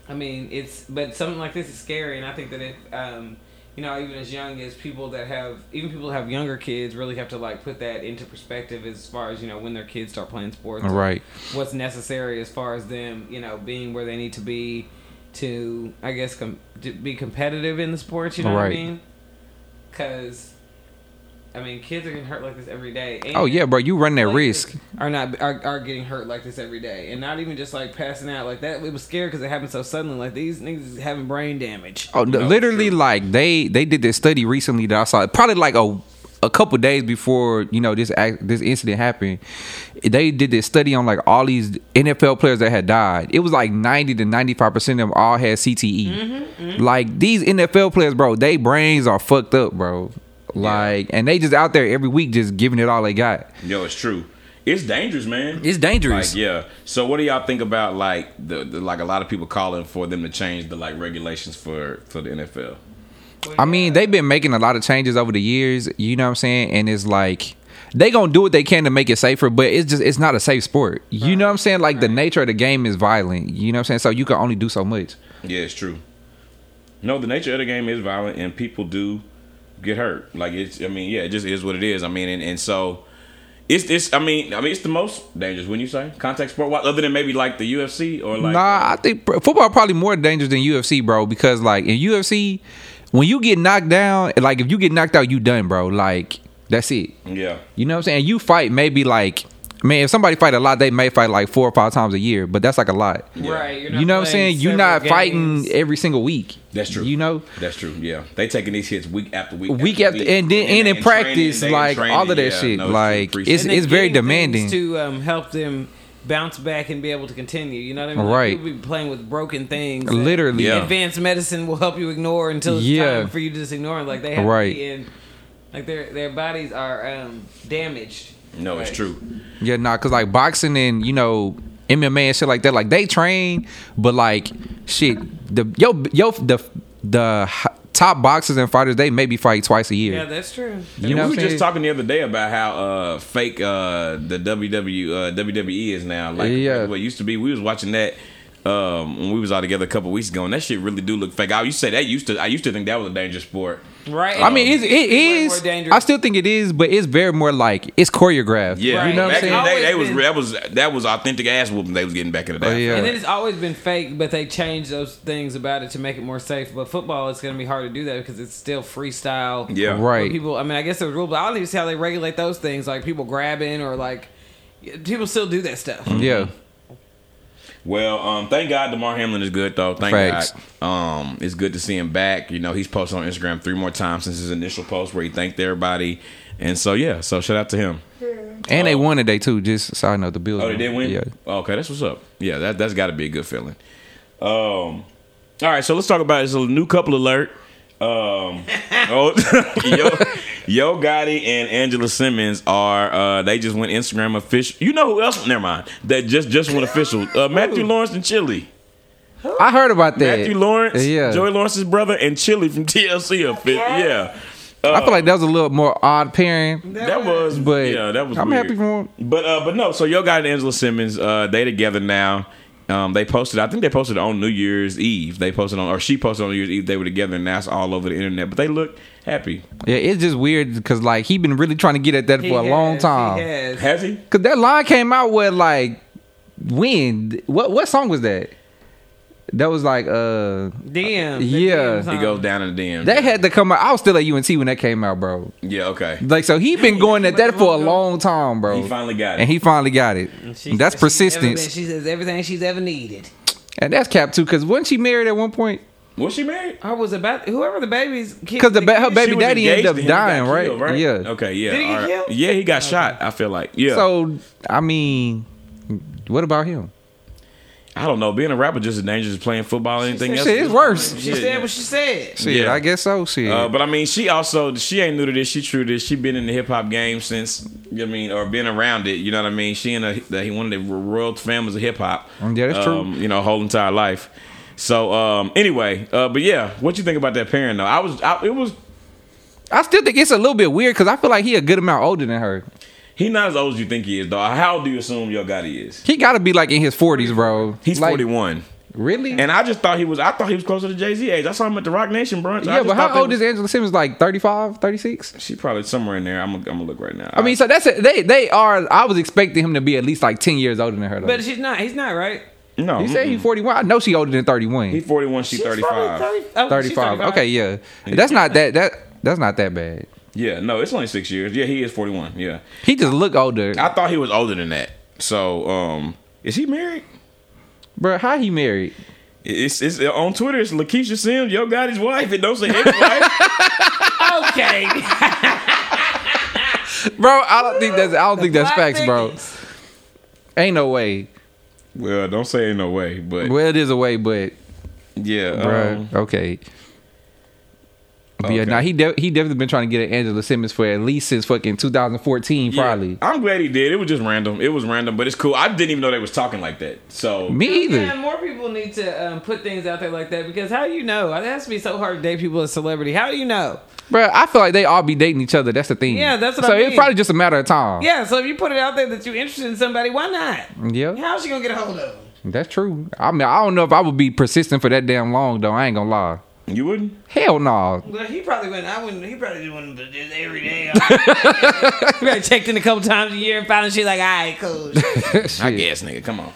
I mean, it's but something like this is scary, and I think that it, um, you know, even as young as people that have, even people that have younger kids, really have to like put that into perspective as far as you know when their kids start playing sports,
All right.
What's necessary as far as them, you know, being where they need to be to, I guess, com- to be competitive in the sports. You know what I
Right.
mean? Because. I mean, kids are getting hurt like this every day. and-
Oh yeah, bro. You run that
players
risk.
Are not are, are getting hurt like this every day, and not even just like passing out like that. It was scary because it happened so suddenly. Like these niggas is having brain damage.
Oh, no, literally, like they they did this study recently that I saw. Probably like a a couple days before you know this ac this incident happened. They did this study on like all these NFL players that had died. It was like ninety to ninety five percent of them all had CTE. Like these NFL players, bro, they brains are fucked up, bro. Like, and they just out there every week just giving it all they got.
Yo, it's true. It's dangerous, man.
It's dangerous.
Like, yeah. So what do y'all think about like the, the like a lot of people calling for them to change the like regulations for for the NFL?
I mean, they've been making a lot of changes over the years, you know what I'm saying? And it's like they gonna do what they can to make it safer, but it's just it's not a safe sport. You know what I'm saying? Like the nature of the game is violent. You know what I'm saying? So you can only do so much.
Yeah, it's true. No, the nature of the game is violent, and people do get hurt. Like it's, I mean, yeah, it just is what it is. I mean, and, and so it's it's. I mean, I mean, it's the most dangerous, wouldn't you say? Contact sport, wise, other than maybe like the UFC or like
nah, I think pr- football probably more dangerous than UFC, bro. Because like in UFC, when you get knocked down, like if you get knocked out, you done, bro. Like that's it.
yeah,
You know what I'm saying? You fight maybe like, I mean, if somebody fight a lot, they may fight like four or five times a year, but that's like a lot.
Right, you're not
You know what I'm
playing
saying? You're
several
not fighting
games.
every single week.
That's true.
You know,
that's true. Yeah, they taking these hits week after week,
Week after- and then- and in
training,
practice,
they in
like,
training,
all of that shit,
true.
like,
Appreciate
it's-
it.
And they're
very
getting things
demanding.
to um, help them bounce back and be able to continue. You know what I mean?
Right.
Like, people be playing with broken things. that
literally.
Yeah.
advanced medicine will help you ignore until it's
Yeah.
time for you to just ignore. it. Like they have
Right.
to be in, like their their bodies are um, damaged.
no, it's
Right.
true.
Yeah, nah, cause like boxing and you know MMA and shit like that, like they train, but like shit, the yo yo the the h- top boxers and fighters they maybe fight twice a year.
Yeah, that's true.
we
You know what
were
I'm saying?
just talking the other day about how uh, fake uh, the WW, uh, WWE is now. Like
Yeah.
what it used to be. We was watching that um, when we was all together a couple weeks ago, and that shit really do look fake. I used to say that used to. I used to think that was a dangerous sport.
Right.
I mean, it's, it
way more
is.
dangerous.
I still think it is, but it's very more like it's choreographed.
Yeah,
Right.
you know what I'm
back in
saying.
the day, they was
Always been-
that was that was authentic ass whooping they was getting back in the day.
Oh, yeah.
And then it's always been fake, but they changed those things about it to make it more safe. But football, it's going to be hard to do that because it's still freestyle.
yeah,
Right.
But People, I mean, I guess there's rules, but I don't even see how they regulate those things, like people grabbing or like people still do that stuff.
Mm-hmm.
Yeah,
Well, um, thank God Demar Hamlin is good though. Thank
Facts.
God. Um, it's good to see him back. You know, he's posted on Instagram three more times since his initial post where he thanked everybody, and so yeah, so shout out to him.
and they won today too. Just so I know the Bills.
Oh, they did win.
Yeah.
Okay, that's what's up. Yeah, that that's got to be a good feeling. Um, all right, so let's talk about it's a new couple alert. Um, oh, yo, yo Gotti and Angela Simmons are uh, they just went Instagram official. You know who else? Never mind. That just just went official. Uh, Matthew Lawrence and Chili.
I heard about that.
Matthew Lawrence,
Yeah.
Joey Lawrence's brother, and Chili from TLC. Are fit. Yeah,
I feel like that was a little more odd pairing,
that was.
but
yeah, that was.
I'm
weird.
happy for him.
But uh, but no. So yo guy and Angela Simmons, uh, they together now. Um, they posted. I think they posted on New Year's Eve. They posted on, or she posted on New Year's Eve. They were together, and that's all over the internet. But they look happy.
Yeah, it's just weird because like he been really trying to get at that
He
for a
has-
long
he
time.
has.
Has he?
Cause that line came out with like when what what song was that? That was like uh
Damn.
Yeah.
Damn
He goes down in the DM.
that had to come out. I was still at UNT when that came out, bro.
yeah. Okay.
Like so he been going at that for a long time, bro.
He finally got it.
and he finally got it.
She-
that's
she's
persistence,
ever been- she says everything she's ever needed.
and that's cap too. Cause wasn't she married at one point?
was she married?
I was about whoever the baby's kid.
Cause the ba- her
kid-
baby
She was
daddy ended
engaged
up
to him. He got
dying, right?
killed,
Yeah.
Okay. Yeah.
Did he get
all right.
killed?
Yeah. He got shot. I feel like. Yeah.
So I mean, what about him?
I don't know. Being a rapper just as dangerous as playing football. Or anything else.
Shit, it's worse.
She
Yeah, yeah.
said what she said.
Shit,
Yeah.
I guess so. Shit.
Uh, but I mean, she also she ain't new to this. She true to this. She been in the hip hop game since you know what I mean, or been around it. You know what I mean. She in a the, one of the royal families of hip hop.
Yeah, that's true.
um, You know, whole entire life. So um, anyway, uh, but yeah, what you think about that pairing though? I was I, it was
I still think it's a little bit weird because I feel like he a good amount older than her.
He not as old as you think he is, dog. How old do you assume your guy is?
He got to be like in his forties, bro.
He's
Like,
41.
Really?
And I just thought he was. I thought he was closer to Jay Z age. I saw him at the Rock Nation brunch. I
yeah,
just
but
thought
how
they
old
was-
is Angela Simmons? Like 35, 36?
She probably somewhere in there. I'm. gonna- I'm gonna look right now.
I mean, so that's it. They they are. I was expecting him to be at least like ten years older than her. Though.
But she's not. He's not right.
no.
you said
mm-mm.
he's forty one. I know she older than thirty one.
He 41. She 35.
probably 30 oh,
Thirty
she's
five. Okay, yeah. That's not that that that's not that bad.
Yeah. No, it's only six years. Yeah, he is 41. Yeah.
He just look older,
I thought he was older than that. So, um, is he married?
bro. How he married?
It's, it's on Twitter. It's Lakeisha Sims. Yo, got his wife. It don't say ex-wife.
Okay.
Bro, I don't think that's I don't think that's
Black
facts, bro.
niggas.
Ain't no way.
well, don't say in no way. But
Well, it is a way, but
yeah,
bro,
um,
okay. But yeah,
Okay.
now he de- he definitely been trying to get an Angela Simmons for at least since fucking 2014,
yeah.
probably.
I'm glad he did. It was just random. It was random, but it's cool. I didn't even know they was talking like that. So
Me either.
Yeah, more people need to um, put things out there like that because how do you know? It has to be so hard to date people as celebrity. How do you know?
Bro, I feel like they all be dating each other. That's the thing.
Yeah, that's what
so
I
it's
mean.
probably just a matter of time.
Yeah, so if you put it out there that you're interested in somebody, why not?
Yeah,
How's she gonna get a hold of? him?
that's true. I mean, I don't know if I would be persistent for that damn long though. I ain't gonna lie.
you wouldn't.
Hell no.
Well, he probably wouldn't. I wouldn't. He probably wouldn't. But just every day, I checked in a couple times a year and found she like, all right, cool.
I
Shit.
guess, nigga. Come on.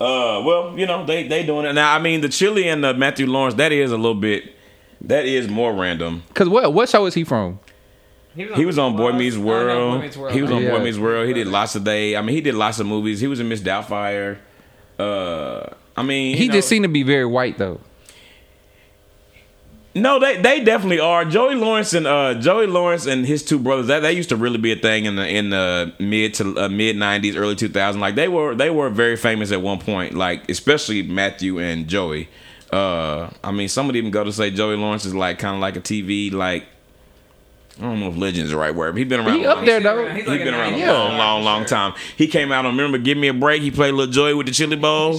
Uh, well, you know they they doing it now. I mean, the Chili and the Matthew Lawrence that is a little bit that is more random.
Cause what what show is he from?
He was on Boy Meets
Oh, no,
World.
Boy Meets World.
He was on
Yeah.
Boy Meets World. He did lots of day. I mean, he did lots of movies. He was in Miss Doubtfire. Uh, I mean,
He
you know-
just seemed to be very white though.
No, they they definitely are. Joey Lawrence and uh, Joey Lawrence and his two brothers. That that used to really be a thing in the in the mid to uh, mid nineties, early two thousand. Like they were they were very famous at one point. Like especially Matthew and Joey. Uh, I mean, some would even go to say Joey Lawrence is like kind of like a TV like. I don't know if legend is the right word, but he's been around.
He
a
up
long
there
time.
though.
He's
He's been around a
Yeah.
long, long, long time. He came out on remember Give Me a Break. He played Lil Joy with the Chili Bowl.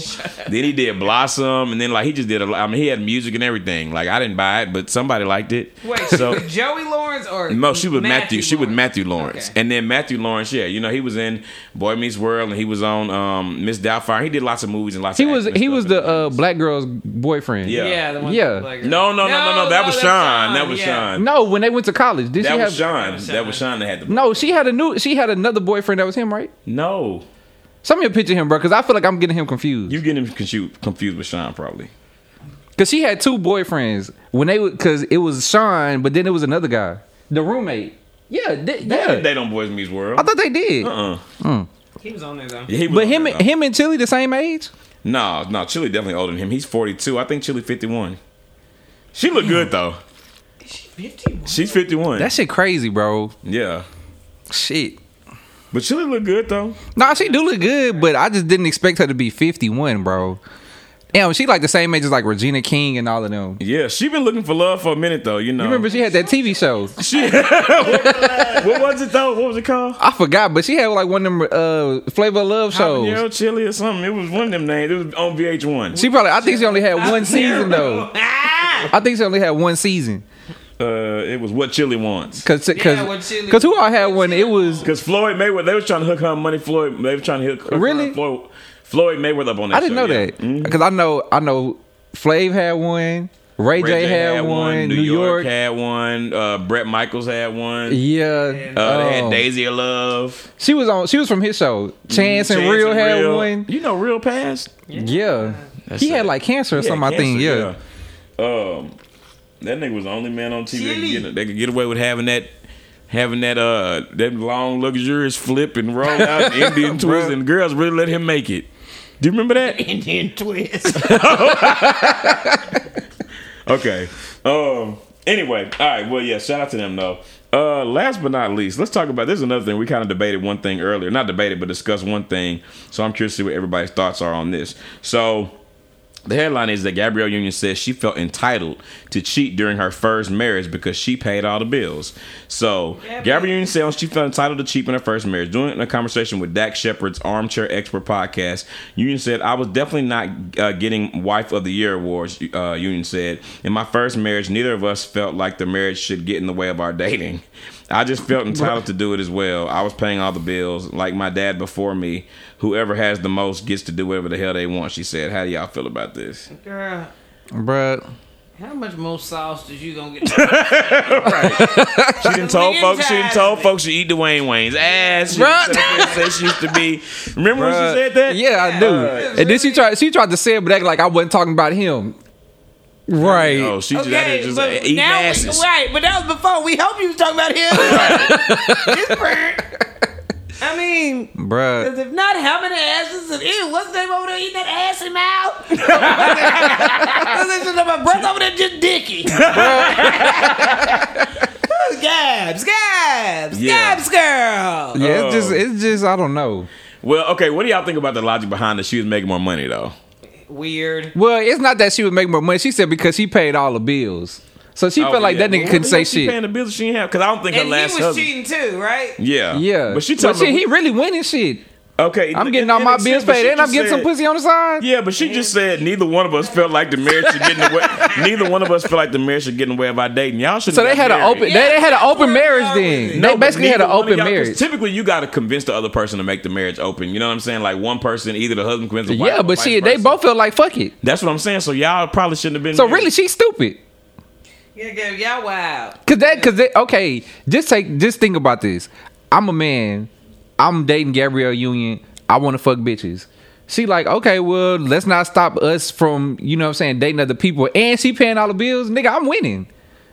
then he did Blossom, and then like he just did a lot. I mean, he had music and everything. Like I didn't buy it, but somebody liked it.
Wait,
so.
so Joey Lawrence or
No, she was Matthew. She was
Lawrence?
Matthew Lawrence,
Okay.
and then Matthew Lawrence. Yeah, you know he was in Boy Meets World, and he was on um, Miss Doubtfire. He did lots of movies and lots.
He
of
was
acting and
he
stuff
was
in
the uh, black girl's boyfriend.
Yeah.
yeah, the one
Yeah.
with the black girl.
No, no, no, no, no. That was
that's
Sean. That was
yeah.
Sean.
No, when they went to college, did she
That
have?
was Sean.
was
That was Sean that had the.
No, she had a new. She had another boyfriend that was him, right?
No,
Send me a picture of him, bro, because I feel like I'm getting him confused.
you getting him confused confused with Sean probably.
Because she had two boyfriends when they because it was Sean, but then it was another guy, the roommate. Yeah, th- yeah.
They don't Boys Meets World.
I thought they did.
Uh-uh.
He was on there though.
Yeah, he was
But
on
him,
there, though.
him and Tilly the same age.
No, no, Chili definitely older than him. He's 42. I think Chili 51. She look good though.
Fifty-one.
She's 51.
That shit crazy, bro.
yeah.
Shit.
But Chili look good though.
Nah, she do look good, but I just didn't expect her to be 51, bro. Damn, she like the same age as like Regina King and all of them. You
Yeah, she been looking for love for a minute though, you know.
remember she had that TV show?
she What was it though? What was it called?
I forgot, but she had like one of them uh, Flavor of Love shows.
Habanero Chili or something. It was one of them names. It was on VH1.
She probably, I think she only had one season though.
Ah!
I think she only had one season.
Uh, it was What Chili Wants.
Cause, cause,
Yeah, when she-
cause who all had one? It was.
Because Floyd Mayweather, they was trying to hook her money. Floyd, they was trying to hook her
Really?
Floyd, Floyd Mayweather up on that.
I didn't
show,
know
yeah. Mm-hmm.
that. Cause I know, I know, Flav had one. Ray, J, had, one. New York.
had one. Uh, Brett Michaels had one.
yeah.
Uh, they had
um,
Daisy of Love.
She was on. She was from his show. Chance,
Chance
and Real had
Real.
one.
You know, Real Past.
Yeah. he had
it.
like cancer or
Yeah,
something, I think. Yeah.
cancer, yeah. Um, that nigga was the only man on TV that could,
Chili.
get, that could get away with having that, having that, uh, that long luxurious flip and roll out Indian twist, and girls really let him make it. Do you remember that?
Indian twist.
Okay. Um. Anyway, all right. Well, yeah. Shout out to them though. Uh, last but not least, let's talk about this. Is another thing we kind of debated one thing earlier, not debated, but discussed one thing. So I'm curious to see what everybody's thoughts are on this. So the headline is that Gabrielle Union says she felt entitled to cheat during her first marriage because she paid all the bills. So
Gabby.
Gabrielle Union says she felt entitled to cheat in her first marriage. During a conversation with Dak Shepard's Armchair Expert podcast, Union said, "I was definitely not uh, getting Wife of the Year awards." Uh, Union said, "In my first marriage, neither of us felt like the marriage should get in the way of our dating." I just felt entitled to do it as well. I was paying all the bills, like my dad before me. Whoever has the most gets to do whatever the hell they want. She said, "How do y'all feel about this?"
Girl,
Bruh.
how much more sauce did you gonna get?
She didn't told
We
folks. She didn't
entitled.
told folks she eat Dwayne Wayne's ass. She
Bruh.
done said this, said she used to be. Remember when
bruh.
she said that?
Yeah, I do.
Alright.
and then she tried she tried to say it, but act like I wasn't talking about him. Right.
Oh, she just, out here just
but
like, eating
now we,
asses.
right, but that was before. We hope you was talking about him. It's burnt. I mean,
Bruh.
Because if not, how many asses is ew, what's the name over there eating that ass in mouth? What's that my breath over there just dicky. Gabs, Gabs,
Yeah.
Gabs girl.
Yeah, it's just
Oh.
it's just I don't know.
Well, okay. What do y'all think about the logic behind that? She was making more money though.
Weird.
Well, it's not that she would make more money. She said because he paid all the bills. So she
Oh,
felt like
yeah.
that nigga
Well,
couldn't
who
say
knows she
shit.
Paying the bills she didn't have because I don't think
And
her
he
last
was
husband.
cheating too, right?
yeah,
yeah.
But she told me
shit, he really winning shit.
okay.
I'm
it-
getting
it
all my
makes
bills
sense, but
paid
she
and I'm
just
getting some
said-
pussy on the side.
Yeah, but she just said neither one of us felt like the marriage should get in the way. neither one of us felt like the marriage should get in the way of our dating. Y'all should.
So they had an open they, they had an
that's
open
where we
marriage
are with
then.
it.
they
but
basically had an
neither one of
open
y'all- 'cause
marriage.
Typically, you got to convince the other person to make the marriage open. You know what I'm saying? Like one person, either the husband convinces. the wife
Yeah,
or
but
vice
she they
versa.
both felt like fuck it.
That's what I'm saying. So y'all probably shouldn't have been.
So
married.
really, she's stupid.
Yeah, Gab, y'all wild.
Cause that, cause that, okay, just take, just think about this. I'm a man. I'm dating Gabrielle Union. I want to fuck bitches. She like, okay, well, let's not stop us from, you know what I'm saying, dating other people. And she paying all the bills. Nigga, I'm winning.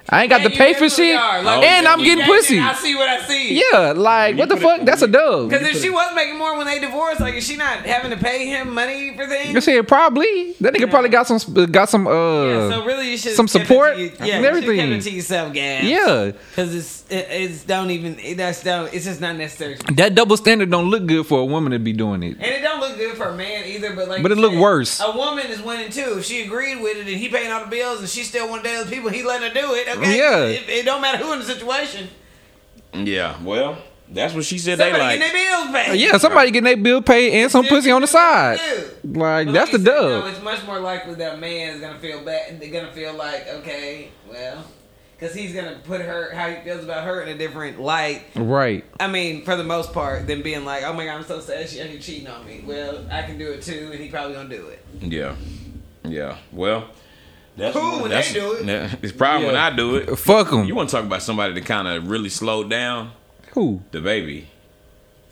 I ain't got
And
to
you
pay for
really
shit. Oh.
are. Like,
and
you
I'm getting
dating,
pussy.
I see what I see.
Yeah, like, what the fuck? That's a dub.
Because if she was making more when they divorced, like, is she not having to pay him money for things?
You said probably. That nigga probably got some, sp- got some, uh,
Yeah, so really you should
some
keep it
support
to you-
and
yeah, you should
everything.
keep it to yourself, guys.
Yeah.
because it's it, it's don't even it, that's don't it's just not necessary,
that double standard don't look good for a woman to be doing it.
and it don't look good for a man either. But like,
But it
you
look
said,
worse.
A woman is winning too. If she agreed with it and he paying all the bills and she still one day other people, he letting her do it. Okay,
Yeah.
it, it don't matter who in the situation.
Yeah. Well, that's what she said.
Somebody
they like.
getting their bills paid.
Yeah, somebody getting their bill paid and some pussy on the side.
Dude.
Like
But
that's the
like you said, No,
dub.
it's much more likely that man is gonna feel bad. They're gonna feel like okay, well, because he's gonna put her how he feels about her in a different light.
Right.
I mean, for the most part, than being like, oh my god, I'm so sad she ain't cheating on me. Well, I can do it too, and he probably gonna do it.
yeah. Yeah. Well. That's
Cool when they
that's-
do it.
yeah, It's probably when
Yeah.
I do it.
Fuck
You
them.
want to talk about somebody that kind of really slowed down?
Who?
The baby.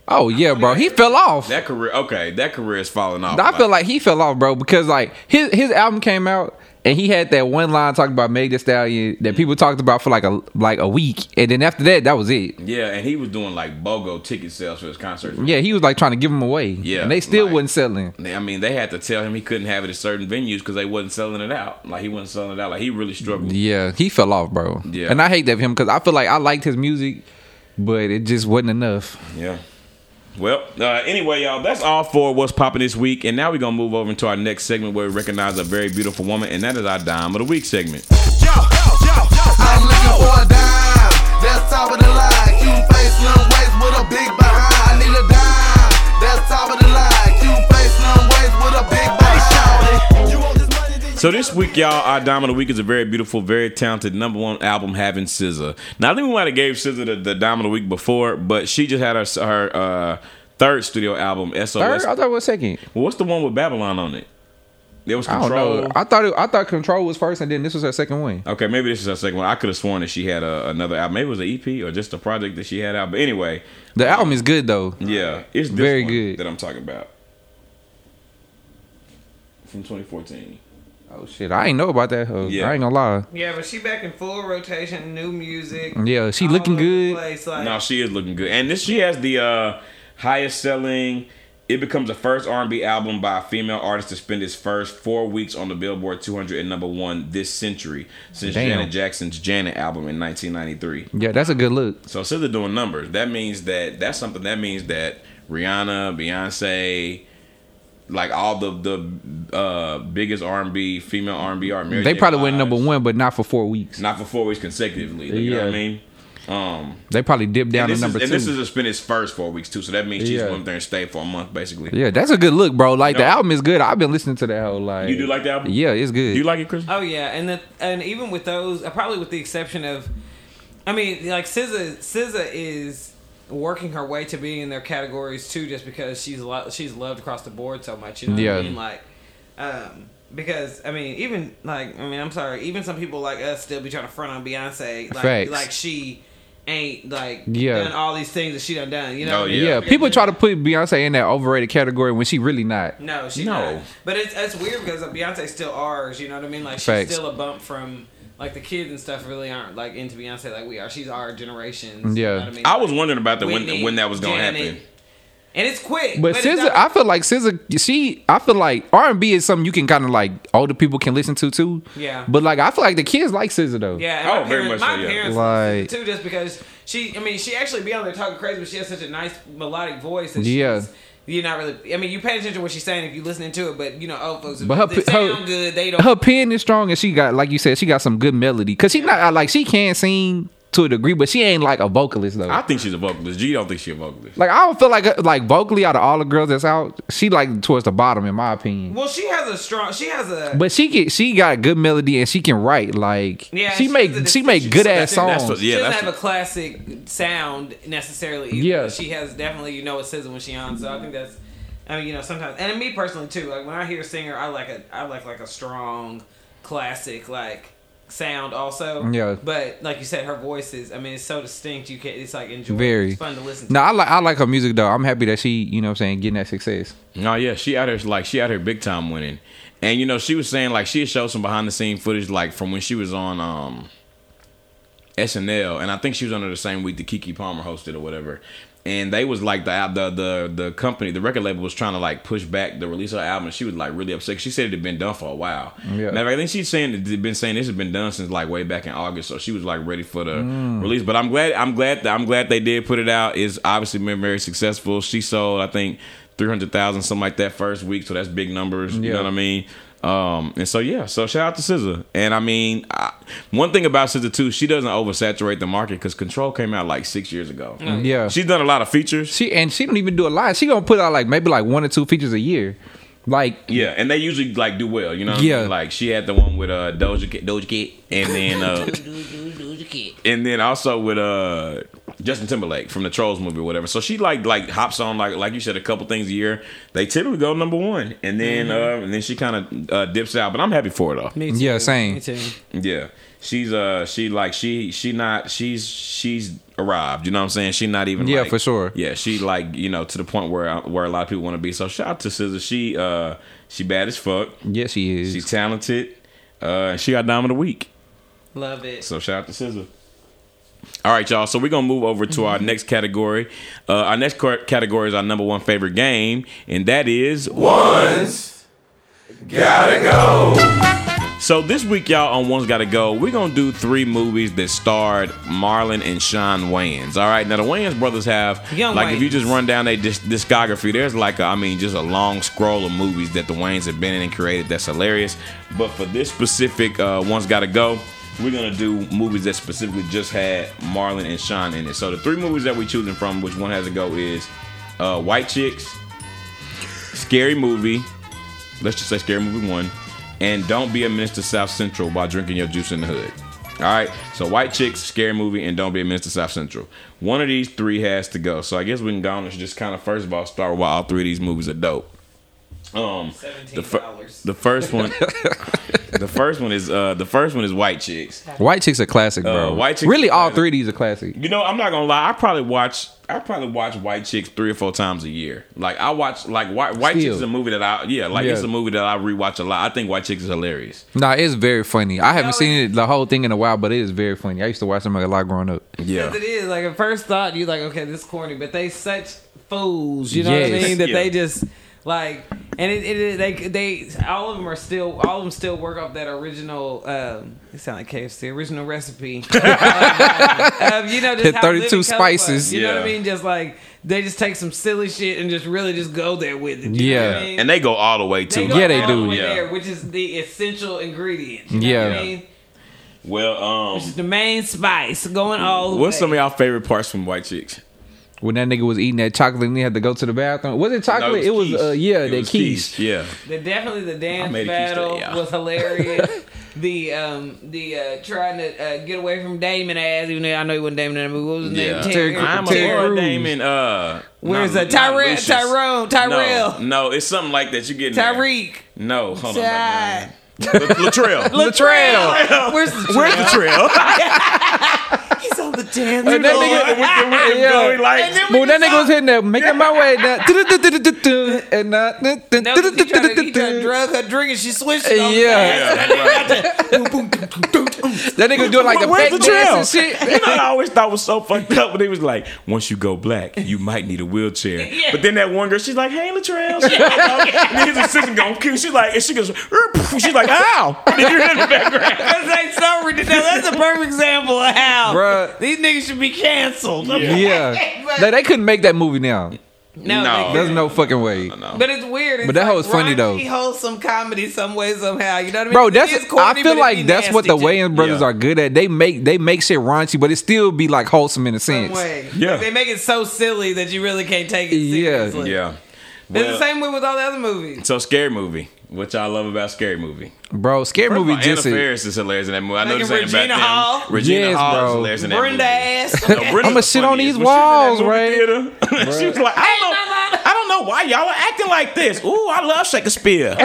Oh yeah, bro. He fell off.
That career. Okay, that career is falling off.
I feel like he fell off, bro, because like his his album came out and he had that one line talking about Meg Thee Stallion that people talked about for like a like a week, and then after that, that was it.
Yeah, and he was doing like BOGO ticket sales for his concert.
Yeah, he was like trying to give him away.
Yeah,
and they still
like-
wasn't selling.
They- I mean, they had to tell him he couldn't have it at certain venues because they wasn't selling it out. Like he wasn't selling it out. Like he really struggled.
Yeah, he fell off, bro.
Yeah.
and I hate that for him because I feel like I liked his music, but it just wasn't enough.
Yeah. Well, uh, anyway, y'all, that's all for what's popping this week, and now we're gonna move over into our next segment where we recognize a very beautiful woman, and that is our dime of the week segment.
Yo, yo, yo, yo. I'm looking for a dime. That's top of the line. Cute face, slim waist with a big behind. I need a dime. That's top of the line. Cute face, slim waist with a big behind. You want this money? then you
So this week, y'all, our Dime of the Week is a very beautiful, very talented number one album having SZA. Now, I think we might have gave SZA the, the Dime of the Week before, but she just had her her uh, third studio album,
Third,
SOS.
I thought it was second.
What's the one with Babylon on it? There was
I don't
Control.
know. I thought it, I thought Control was first, and then this was her second one.
Okay, maybe this is her second one. I could have sworn that she had a, another album. Maybe it was an EP or just a project that she had out. But anyway,
The album is good though.
yeah, it's this
Very
one
good.
that I'm talking about from 2014.
Oh shit, I ain't know about that. hoe.
Yeah.
I ain't gonna lie.
Yeah, but she back in full rotation, new music.
Yeah, she
all
looking
over the
good.
Place, like,
No, she is looking good, and this she has the uh, highest selling. It becomes the first R&B album by a female artist to spend its first four weeks on the Billboard 200 and number one this century since
Damn.
Janet Jackson's Janet album in 1993.
Yeah, that's a good look.
So SZA doing numbers. That means that that's something. That means that Rihanna, Beyonce, like all the the uh, biggest R and B female R and B art.
They probably went number one, but not for four weeks.
Not for four weeks consecutively. You know what I
Yeah.
mean? Um,
They probably dipped down
and,
to
this
number
is, and
two.
this is a spin its first four weeks too. So that means she's
Yeah.
went there and stayed for a month basically.
yeah, that's a good look, bro. Like the
No.
album is good. I've been listening to that whole like.
You do like the album?
Yeah, it's good.
Do you like it, Chris?
Oh yeah, and the, and even with those, uh, probably with the exception of I mean, like SZA, SZA is working her way to being in their categories too, just because she's lo- she's loved across the board so much. You know
Yeah.
what I mean? Like, um, because I mean, even like I mean, I'm sorry, even some people like us still be trying to front on Beyonce, like
Facts.
like she ain't like
Yeah.
done all these things that she done done. You know?
Oh,
what I mean?
Yeah,
Yeah,
yeah,
people
yeah.
try to put Beyonce in that overrated category when she really not.
No, she
No.
no. But it's it's weird because Beyonce still ours. You know what I mean? Like she's
Facts.
still a bump from like the kids and stuff. Really aren't like into Beyonce like we are. She's our generation's. you
Yeah.
know what I, mean?
I was wondering about that when
Whitney,
when that was gonna
Janet.
happen.
and it's quick.
But,
it's
SZA,
not-
I feel like SZA, she, I feel like R and B is something you can kind of like older people can listen to too.
Yeah.
But like, I feel like the kids like SZA though.
Yeah, and
Oh,
my
very
parents,
much
my
so, yeah.
parents
Like-
too, just because she. I mean, she actually be on there talking crazy, but she has such a nice melodic voice. That
Yeah.
she's, you're not really. I mean, you pay attention to what she's saying if you're listening to it, but you know, old folks.
But her
they
pi-
sound
her-
good. They don't.
Her pen is strong, and she got like you said, she got some good melody. Cause she not I- like she can sing to a degree, but she ain't like a vocalist though.
I think she's a vocalist. G don't think she's a vocalist.
like I don't feel like like vocally out of all the girls that's out, she like towards the bottom in my opinion.
well, she has a strong. She has a.
But she get she got good melody and she can write like
Yeah,
she
she's
make
a-
she make
she's
good
a-
ass songs.
that's what- yeah,
she doesn't
that's
have a classic sound necessarily. Either.
Yeah.
but she has definitely you know it sizzle when she on. So I think that's, I mean you know sometimes and me personally too. Like when I hear a singer, I like a I like like a strong classic like sound also.
Yeah.
but like you said, her voice is I mean it's so distinct. You can not it's like enjoyable.
Very.
It's fun to listen. to.
No, I like I like her music though. I'm happy that she, you know what I'm saying, getting that success.
No, yeah, she out here like she out here big time winning, and you know she was saying like she had showed some behind the scene footage like from when she was on um SNL, and I think she was under the same week that Kiki Palmer hosted or whatever. And they was like the the the the company, the record label was trying to like push back the release of her album. and She was like really upset. She said it had been done for a while. Matter
Yeah.
of fact, I think she's saying it had been saying this has been done since like way back in August. So she was like ready for the
Mm.
release. But I'm glad I'm glad that I'm glad they did put it out. It's obviously been very successful. She sold I think three hundred thousand something like that first week. So that's big numbers. You
Yeah.
know what I mean? Um, and so yeah, so shout out to SZA. And I mean, I, one thing about SZA too, she doesn't oversaturate the market because Control came out like six years ago.
Yeah.
She's done a lot of features.
She and she don't even do a lot. She gonna put out like maybe like one or two features a year. Like
Yeah, and they usually like do well. You know, what I mean?
Yeah.
Like she had the one with uh Doja Cat, Doja Cat, and then uh, and then also with uh Justin Timberlake from the Trolls movie or whatever. So she like like hops on like like you said a couple things a year. They typically go number one, and then
Mm-hmm.
uh, and then she kind of uh, dips out. But I'm happy for it though.
Me
Yeah, same.
Me too.
Yeah. She's uh she like she she not she's she's arrived, you know what I'm saying? She not even
Yeah,
like-
for sure.
Yeah, she like, you know, to the point where uh, where a lot of people want to be. So shout out to Scissor. She uh she bad as fuck.
yes, she is.
She's talented. Uh she got dime of the week.
Love it.
So shout out to Scissor. All right, y'all. So we're gonna move over to our next category. Uh, our next cor- category is our number one favorite game, and that is
Once, gotta go.
So this week, y'all, on One's Gotta Go, we're gonna do three movies that starred Marlon and Sean Wayans. All right, now the Wayans brothers have
Young
like if you
Wayans.
just run down their dis- discography, there's like a, I mean, just a long scroll of movies that the Wayans have been in and created. That's hilarious. But for this specific uh, One's Gotta Go, we're gonna do movies that specifically just had Marlon and Sean in it. So the three movies that we're choosing from, which one has to go, is uh, White Chicks, Scary Movie let's just say Scary Movie 1, and Don't Be a Menace to South Central while drinking your juice in the hood. All right, so White Chicks, Scary Movie, and Don't Be a Menace to South Central. One of these three has to go. So I guess we can go on and just kind of first of all start with why all three of these movies are dope. Um, the,
Seventeen
fir-
dollars.
the first one, the first one is uh, the first one is White Chicks.
White chicks are classic, bro.
Uh, White Chicks
really,
are
all
classic.
three of these are classic.
You know, I'm not gonna lie. I probably watch. I probably watch White Chicks three or four times a year. Like I watch like White White
Still.
Chicks is a movie that I yeah like
Yeah.
it's a movie that I rewatch a lot. I think White Chicks is hilarious.
Nah, it's very funny. I haven't
No,
seen it the whole thing in a while, but it is very funny. I used to watch them a lot growing up.
Because it is like at first thought you like okay this corny, but they such fools. You know what
Yes.
I mean? That
Yeah.
they just like and it, it, it- they they all of them are still all of them still work off that original. Um, it sound like KFC original recipe. of, you know, just
The
how
32
living color
spices.
Was, you know what I
Yeah.
mean? Just like they just take some silly shit and just really just go there with it. you know
Yeah.
what I mean?
and they go all the way too.
go
Yeah, they
all the
do.
way
Yeah.
there, which is the essential ingredient. You know yeah, what
Yeah.
I mean?
Well, um,
It's the main spice going all. the
what's
way.
some of y'all favorite parts from White Chicks?
when that nigga was eating that chocolate and he had to go to the bathroom. Was it chocolate?
No,
it was,
Keys.
uh, yeah, that
was
keys.
Yeah.
The, definitely the dance
made a key
battle
stand, yeah.
was hilarious. the um the uh, trying to uh, get away from Damon ass, even though I know he wasn't Damon in the movie. What was his
Yeah.
name? Terry,
I'm
Terry
a Laura
Crews.
Damon. Uh,
Where's
not-
that?
not
Tyrell-
Lucius.
Tyrone, Tyrell.
No, no, it's something like that. You getting there.
Tyreek.
No, hold
Ty-
on. Latrell.
Latrell. Where's Latrell?
Where's Latrell?
He's on the dance
And that
floor.
nigga- Oh, Yeah.
And then
But
when
when that
you
nigga was hitting that, making my way that, du-du-du-du-du-du, and that,
No, 'cause he tried to, he tried to
du-du-du-du-du-du.
drug her drink and she switched it on the
yeah, that nigga doing like the
Where's
back dance
Latrell?
and shit.
You know what I always thought was so fucked up when he was like, once you go black, you might need a wheelchair.
Yeah.
But then that one girl, she's like, hey, Latrell. She- And then his assistant going, kill. She's like, and she goes, "Er," she's like, ow. And then you're in the background.
That's like so ridiculous. That's a perfect example of how
Bruh.
these niggas should be canceled.
Yeah, like, they couldn't make that movie now.
No,
No.
they
There's no fucking way.
can't. But it's weird. It's
But that hoe
like
is funny, though.
raunchy, wholesome comedy some way somehow. You know what I mean?
Bro,
It
that's
is corny,
I
but
feel
it be
like that's what
nasty
the
too.
Wayans brothers
Yeah.
are good at. They make they make shit raunchy, but it still be like wholesome in a
Some
sense.
way.
Yeah.
Like, they make it so silly that you really can't take it
Yeah.
seriously.
Yeah.
It's
Well,
the same way with all the other movies.
so, Scary Movie. What y'all love about Scary Movie?
Bro, scary
First of
movie
all, Anna
just is-
Faris is hilarious in that movie. I know
Like
this ain't about
Regina
them.
Hall?
Regina
Yes,
Hall is
bro.
hilarious in that
Brenda
movie.
ass.
No, Brenda's
I'ma
the
sit on
funniest.
these
When she was in
walls,
that movie theater, she was like, I don't, know, I don't know why y'all are acting like this. Ooh, I love Shakespeare. she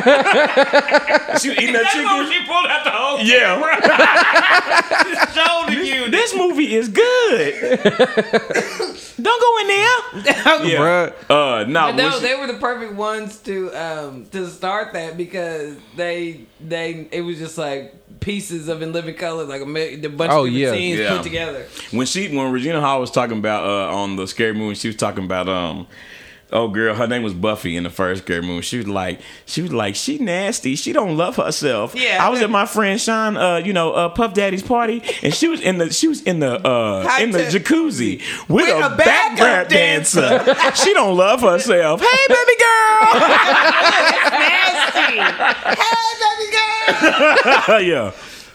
was eating that chicken.
she pulled out the whole
Yeah,
shoulder unit.
this movie is good. don't go in there. Yeah. Uh, no,
No,
when she-
they were the perfect ones to um to start that because they they it was just like pieces of In Living Color, like a, mi- the bunch
Oh,
of different
yeah.
scenes
Yeah.
put together.
when she when Regina Hall was talking about uh, on the scary movie, she was talking about um oh girl, her name was Buffy in the first scary movie. She was like she was like she nasty. She don't love herself.
Yeah.
I was at my friend Sean, uh, you know, uh, Puff Daddy's party, and she was in the she was in the uh,
High
in the
tech-
jacuzzi with,
with
a,
a backup
background dancer. she don't love herself. Hey baby girl.
hey, baby girl,
yeah,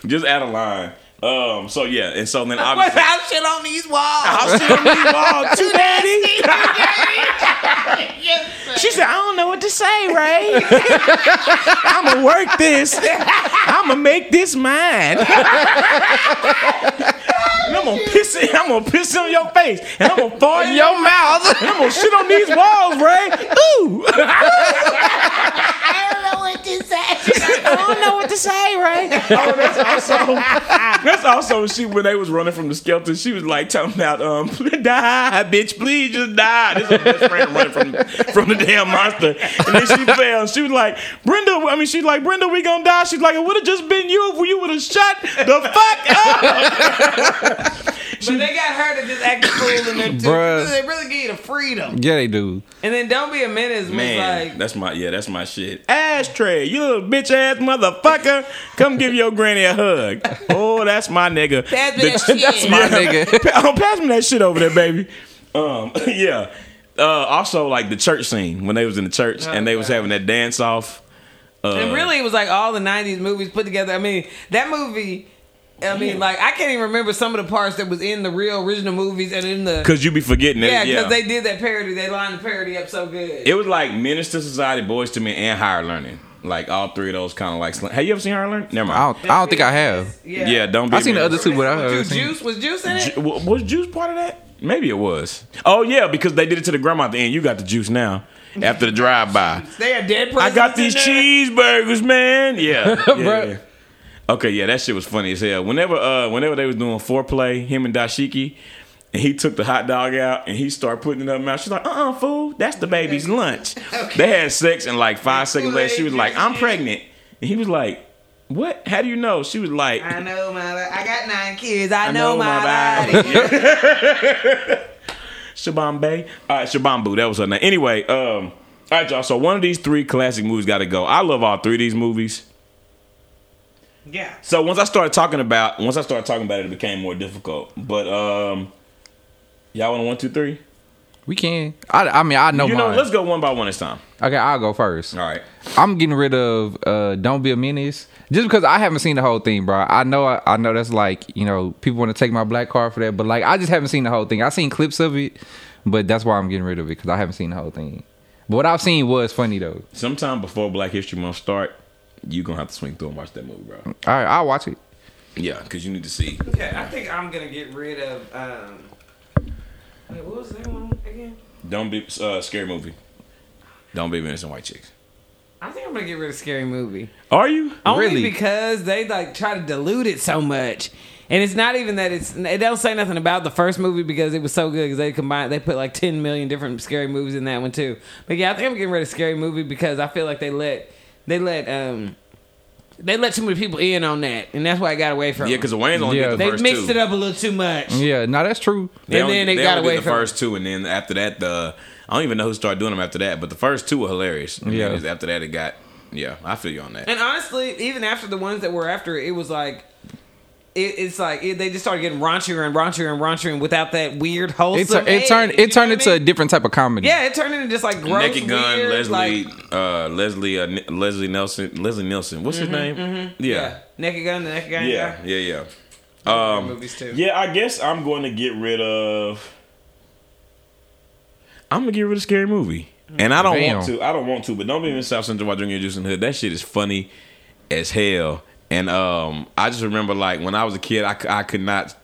just out of line. Um. So yeah, and so then
what's
obviously.
out shit on these walls?
I'll see you all too, daddy.
Yes, sir.
She said, I don't know what to say, Ray. I'm going to work this. I'm going to make this mine. and I'm going to piss it. I'm going to piss it on your face. And I'm going to fall in your mouth. And I'm going to shit on these walls, Ray. Ooh. I don't know what to say. I don't know what to say, Ray. Oh, that's also that's also she when they was running from the skeleton. She was like talking about um die, bitch, please just die. This is her best friend running from from the damn monster, and then she fell. And she was like Brenda. I mean, she's like Brenda, we gonna die. She's like it would have just been you if you would have shut the fuck up.
But they got her to just act a fool in there too.
Bruh.
They really give you the freedom.
Yeah, they do.
And then don't be a menace. was like,
that's my yeah, that's my shit. Ashtray, you little bitch ass motherfucker, come give your granny a hug. Oh, that's my nigga.
Pass me
The-
that shit.
That's my
Yeah.
nigga. Pa- oh, pass me that shit over there, baby. Um, yeah. Uh, also, like the church scene when they was in the church and they was
Okay.
having that dance off. Uh,
And really, it was like all the '90s movies put together. I mean, that movie. I mean, like I can't even remember some of the parts that was in the real original movies and in the
cause you be forgetting it.
yeah,
Yeah,
because they did that parody. They lined the parody up so good.
it was like Minister Society, Boys to Men, and Higher Learning. Like all three of those kind of like. sl- Have you ever seen Higher Learning? Never
I
mind.
don't, I don't think I have.
Yeah, don't. Be
I seen the other
embarrassed.
two, but I
Dude,
have seen.
juice was juice in it.
Ju- wa- was juice part of that? Maybe it was. Oh yeah, because they did it to the grandma at the end. You got the juice now after the drive by.
They had dead
I
presidents.
got
in
these
there.
cheeseburgers, man. Yeah. yeah,
Bruh.
yeah. Okay, yeah, that shit was funny as hell. Whenever uh whenever they was doing foreplay, him and Dashiki, and he took the hot dog out and he started putting it up mouth. She's like, uh uh fool, that's the baby's lunch. They had sex and like five seconds later, she was like, I'm pregnant. And he was like, What? How do you know? She was like,
I know my. li- I got nine kids. I, know, my, body.
Shabam Bay. All right, Shabam Boo. That was her name. Anyway, um, all right, y'all. So one of these three classic movies got to go. I love all three of these movies.
Yeah.
So once I started talking about, once I started talking about it, it became more difficult. But um, y'all want to one, two, three?
We can. I, I mean, I know
you know,
mine.
let's go one by one this time.
okay, I'll go first.
All right.
I'm getting rid of uh, "Don't Be a Menace" just because I haven't seen the whole thing, bro. I know, I, I know that's like you know people want to take my black card for that, but like I just haven't seen the whole thing. I seen clips of it, but that's why I'm getting rid of it because I haven't seen the whole thing. But what I've seen was funny though.
Sometime before Black History Month start, you gonna have to swing through and watch that movie, bro.
All right, I'll watch it.
Yeah, because you need to see.
Okay, I think I'm gonna get rid of. Um, wait, what was that one again?
Don't be uh, scary movie. Don't be menacing white chicks.
I think I'm gonna get rid of Scary Movie.
Are you?
Only
Really?
because they like try to dilute it so much. And it's not even that it's they don't say nothing about the first movie because it was so good because they combined they put like ten million different scary movies in that one too. But yeah, I think I'm getting rid of scary movie because I feel like they let they let um they let too many people in on that and that's why I got away from.
Yeah,
it.
because the Wayne's only
Yeah.
did the
they
first
mixed
two.
it up a little too much.
Yeah, no, that's true.
They
and
only,
then they got
only
away
did the
from-
first two, and then after that, the I don't even know who started doing them after that, but the first two were hilarious. And
Yeah.
then it's- after that, it got yeah. I feel you on that.
And honestly, even after the ones that were after, it, it was like. It, it's like it, they just started getting raunchier and raunchier and raunchier, and without that weird
It,
wholesome.
tur- it turned
edge, you
it turned
know what
into
I
a
mean?
different type of comedy.
yeah, it turned into just like gross,
Naked Gun,
weird,
Leslie,
like,
uh, Leslie, uh, N- Leslie Nelson, Leslie Nelson. What's his name?
yeah.
Yeah,
Naked Gun, the Naked Gun,
yeah,
guy.
yeah, yeah,
movies too.
yeah. I guess I'm going to get rid of. I'm gonna get rid of scary movie, and I don't want
Damn.
to. I don't want to, but don't be in South Central while drinking your juice in the hood. That shit is funny as hell, and um, I just remember like when I was a kid, I, c- I could not.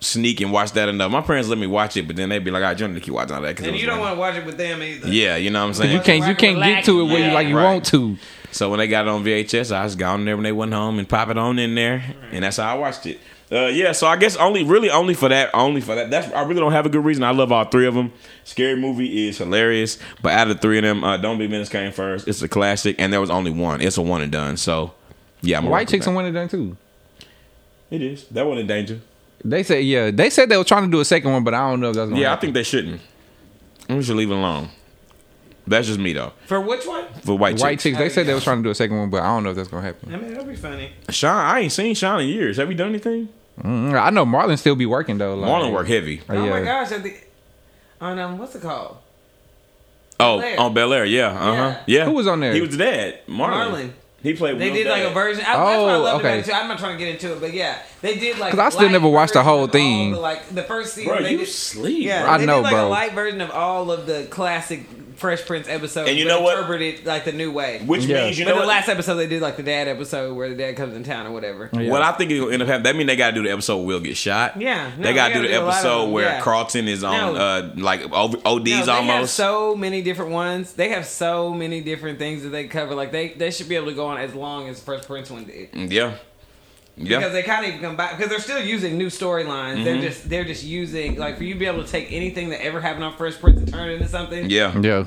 Sneak and watch that enough. My parents let me watch it, but then they'd be like, "I don't need to keep watching all that." 'cause it
And
was
you don't
like-
want to watch it with them either.
yeah, you know what I'm saying.
you can't you can't get to it where you like you
Right.
want to.
So when they got it on VHS, I just got on there when they went home and pop it on in there, and that's how I watched it. Uh, yeah, so I guess only really only for that, only for that. That's I really don't have a good reason. I love all three of them. Scary movie is hilarious, but out of the three of them, uh, Don't Be Menace came first. It's a classic, and there was only one. It's a one and done. So yeah, I'm
White chicks and
and
one of them too.
It is that one in danger.
They said yeah. They said they were trying to do a second one, but I don't know if that's gonna
Yeah, I
happen.
think they shouldn't. We should leave it alone. That's just me though.
For which one?
For white,
White
chicks.
chicks. They said they were trying to do a second one, but I don't know if that's gonna happen.
I mean, that'd be funny.
Sean, I ain't seen Sean in years. Have we done anything?
Mm, I know Marlon still be working though. Like,
Marlon work heavy.
Uh,
Oh my
yeah.
gosh! At the, on um, what's it called?
Oh,
Bel Air.
on Bel Air, yeah, uh huh, yeah.
Who was on there?
He was the dad, Marlon.
Marlon.
He played.
They
Will's
did like
dad.
a version. I, that's what I
Oh,
loved
okay.
about it too. I'm not trying to get into it, but yeah, they did like.
'Cause I still
light
never watched the
version
whole
of all
thing.
the, like the first season.
Bro,
they
you
did,
sleep.
Yeah,
bro.
I
they
know,
did like a
bro.
light version of all of the classic Fresh Prince episodes,
And you
but
know what?
Interpreted like the new way.
Which
Yeah.
means you
but
know
the
what,
last episode they did like the dad episode where the dad comes in town or whatever.
Yeah.
what I think is gonna end up happening. That mean they gotta do the episode. Will get shot.
Yeah, no,
they gotta
they gotta do
do the
a lot of
episode
them,
where
yeah.
Carlton is on
No.
uh like O-
No,
ODs
they have
almost.
so many different ones. They have so many different things that they cover. Like they, they should be able to go on as long as Fresh Prince one did.
yeah,
because
yeah. Mm-hmm.
they kind of even come back because they're still using new storylines. They're just they're just using like for you to be able to take anything that ever happened on Fresh Prince and turn it into something.
Yeah.
Yeah.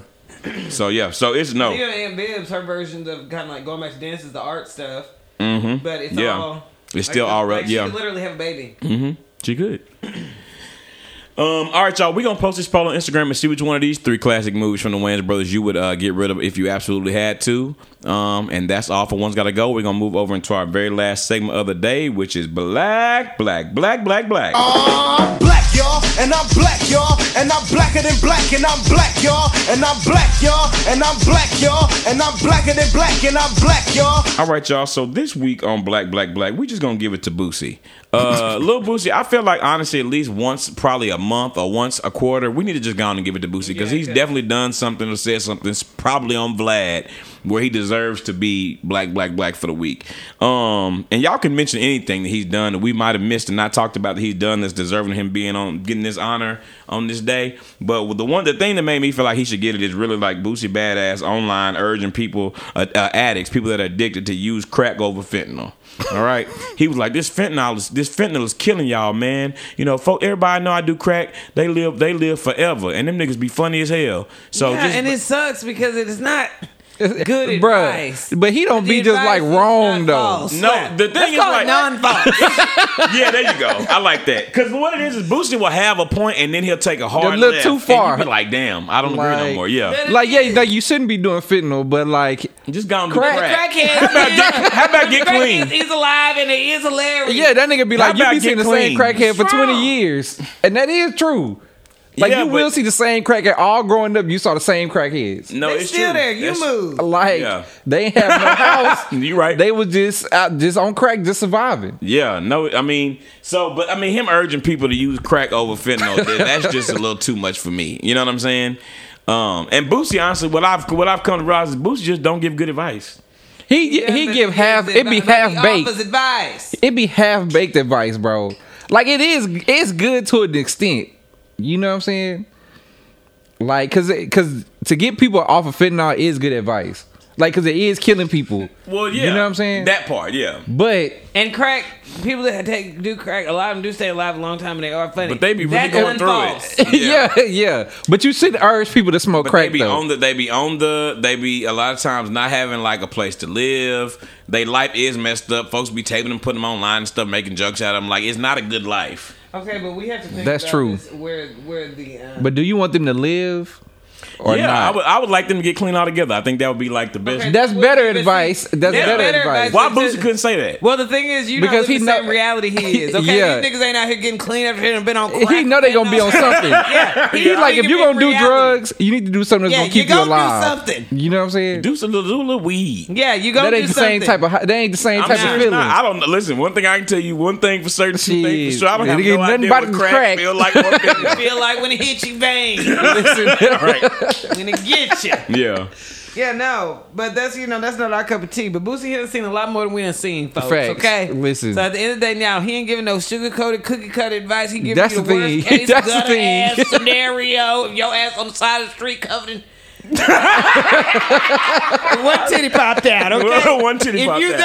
So yeah. So it's no.
Even Aunt Bibbs, her versions of kind of like going back to dance is the art stuff,
Mm-hmm.
but it's
Yeah.
all
It's still all right.
She
Yeah.
could literally have a baby.
She good. Um, all right, y'all. We're gonna post this poll on Instagram and see which one of these three classic movies from the Wayans brothers you would uh, get rid of if you absolutely had to. Um, and that's all for one's gotta go. We're gonna move over into our very last segment of the day, which is black, black, black, black, black.
I'm black, y'all, and I'm black, y'all, and I'm blacker than black, and I'm black, y'all, and I'm black, y'all, and I'm black, y'all, and I'm blacker than black, and I'm black, y'all.
All right, y'all. So this week on Black, Black, Black, we just gonna give it to Boosie. Uh, Lil Boosie, I feel like honestly, at least once, probably a month or once a quarter, we need to just go on and give it to Boosie because
Yeah,
he's
yeah.
definitely done something or said something, s- probably on Vlad, where he deserves to be Black, Black, Black for the week. Um, and y'all can mention anything that he's done that we might have missed and not talked about that he's done that's deserving of him being on getting this honor on this day. But with the one, the thing that made me feel like he should get it is really like Boosie Badass online urging people, uh, uh, addicts, people that are addicted to use crack over fentanyl. All right, he was like, "This fentanyl is this fentanyl is killing y'all, man. You know, folk, everybody know I do crack. They live they live forever, and them niggas be funny as hell. So
yeah,
just
and it sucks because it is not good
Bruh,
advice.
But he don't
The
be just
advice
like
is not
wrong though.
false.
No,
Slap.
the thing
Let's
is,
call it
like-
non-false.
yeah, there you go. I like that because what it is is Boosie will have a point, and then he'll take a hard
A little
left,
too
and
far.
you be like, damn, I don't agree no
Like-
more. Yeah,
Like yeah, like you shouldn't be doing fentanyl, but like
just gone
Crack-
crack. crack.
Crackheads, man.
How about get
Crack
clean?
is, is alive and it is hilarious.
yeah, that nigga be
How
like you
about
be seeing
get
the same
clean?
crackhead for
Strong.
twenty years, and that is true. Like
Yeah,
you will
but-
see the same crackhead all growing up. You saw the same crackheads.
No,
they
it's
still
true.
there. You
That's-
move.
Like
Yeah.
they ain't have no house.
You right.
They was just out, just on crack, just surviving.
Yeah, no, I mean, so, but I mean, him urging people to use crack over fentanyl, that- that's just a little too much for me. You know what I'm saying? Um, and Boosie, honestly, what I've what I've come to realize is Boosie just don't give good advice.
He
Yeah,
he
but
give
he
half.
gives
It be
advi- but he
half baked.
offers advice.
It be half baked advice, bro. Like it is. It's good to an extent. You know what I'm saying? Like, cause it, cause to get people off of fentanyl is good advice. Like, cause it is killing people.
Well, yeah,
You know what I'm saying?
That part, yeah.
but
And crack, people that take do crack, a lot of them do stay alive a long time and they are funny.
But they be really
That
going
gun
through
falls.
it.
yeah. yeah, But you should urge people to smoke
But
crack
they be
though.
on the they be on the they be a lot of times not having like a place to live. They life is messed up. Folks be taping them, putting them online and stuff, making jokes out of them. Like it's not a good life.
Okay, but we have to think
That's
about
true.
this, where where the um,
but do you want them to live or
yeah,
not?
I would I would like them to get clean altogether. I think that would be like the best.
Okay.
That's
Well,
better
but see,
advice. That's
yeah.
better,
Better
advice.
advice.
Why Boosie couldn't say that?
well, the thing is, you because
Because he
he the
know-
same reality he is. Okay,
Yeah.
these niggas ain't out here getting clean after they done been on. Crack
He know they gonna be on
fentanyl.
something.
yeah,
He like if you
are
gonna do drugs, you need to do something that's
Yeah,
gonna keep
you
you,
gonna do
alive.
something.
You know what I'm saying?
Do some little, do a little weed.
yeah, you gonna
that
do
ain't the
something.
same type of. That ain't the same
I'm
type
serious
of feeling.
not. I don't know. Listen, one thing I can tell you, one thing for certain, two things for
Shit.
sure. I don't have
Nigga,
no
nothing
idea
about
what
this
crack,
crack.
feel like. What fentanyl-
Feel like when it hits you, bang,
All right.
when it gets you.
Yeah.
Yeah, no, but that's you know that's not our cup of tea. But Boosie has seen a lot more than we done seen, folks.
Facts.
Okay,
Listen.
So at the end of the day, now he ain't giving no sugar coated, cookie cut advice. He giving
That's
you the,
the thing.
worst case
That's the
gutter
thing.
ass scenario. If your ass on the side of the street covered in. One titty popped out. Okay,
One titty
If
popped
you
out.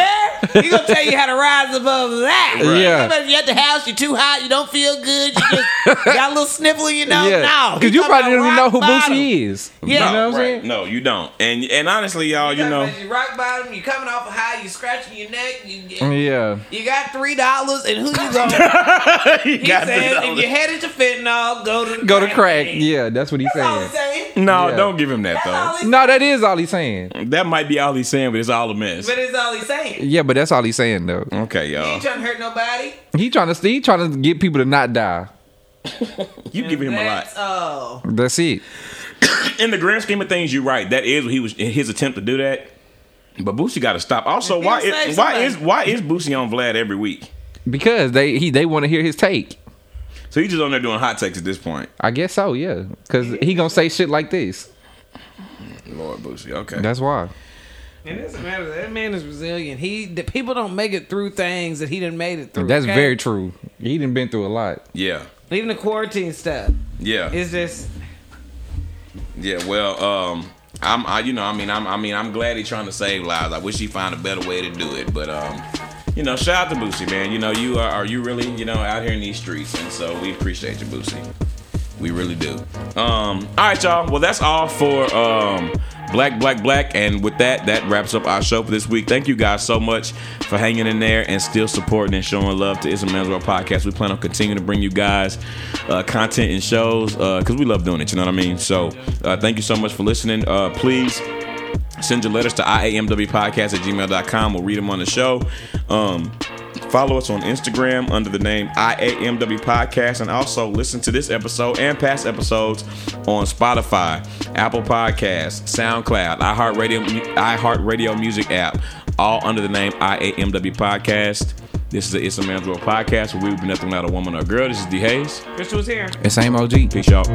there, he gonna tell you how to rise above that.
Right. Yeah.
Somebody, you at the house, you too hot, you don't feel good, you just got a little sniffle in your nose. No,
because
He
you
talking
probably
about
don't even know
rock
who
bottom.
Boosie is.
Yeah.
you know what
right.
I'm saying?
No, you don't. And and honestly,
Oh,
y'all, you know,
you rock bottom, you coming off of high, you scratching your neck, you
Yeah,
you got three dollars, and who you going?
he
He
got
says,
the-
if you're headed to fentanyl, go to the
go to crack.
man."
Yeah, that's what he's
That's all
saying.
I'm saying.
No,
Yeah.
don't give him that
That's all
though.
he's
No, that is all he's saying.
That might be all he's saying, but it's all a mess.
But it's all he's saying.
Yeah, but that's all he's saying though.
Okay,
He
y'all.
ain't trying to hurt nobody.
He trying to he trying to get people to not die.
You give him a lot.
That's all.
That's it.
In the grand scheme of things, you're right. That is what he was his attempt to do that. But Boosie got to stop. Also,
He'll
why
save
is, why
somebody.
is why is Boosie on Vlad every week?
Because they he they want to hear his take.
So he's just on there doing hot takes at this point.
I guess so. Yeah, because he gonna say shit like this.
Lord Boosie. Okay.
That's why.
It doesn't matter. That man is resilient. He the people don't make it through things that he didn't made it through.
That's
okay?
very true. He done been through a lot.
yeah.
Even the quarantine stuff
Yeah.
is just
Yeah, well, um, I'm, I, you know, I mean, I'm, I mean, I'm glad he's trying to save lives. I wish he find a better way to do it, but, um, you know, shout out to Boosie, man. You know, you are, are you really, you know, out here in these streets, and so we appreciate you, Boosie. We really do. Um, all right, y'all. Well, that's all for um, Black, Black, Black, and with that, that wraps up our show for this week. Thank you guys so much for hanging in there and still supporting and showing love to It's a Man's World podcast. We plan on continuing to bring you guys uh, content and shows because we love doing it. You know what I mean? So, uh, thank you so much for listening. Uh, please send your letters to iamwpodcast at gmail.com. We'll read them on the show. Um, follow us on Instagram under the name IAMW Podcast and also listen to this episode and past episodes on Spotify, Apple Podcasts, SoundCloud, iHeartRadio, iHeartRadio Music app, all under the name IAMW Podcast. This is the It's a Man's World podcast where we would be nothing without a woman or a girl. This is D. Hayes.
Crystal was here.
It's same OG.
Peace, y'all.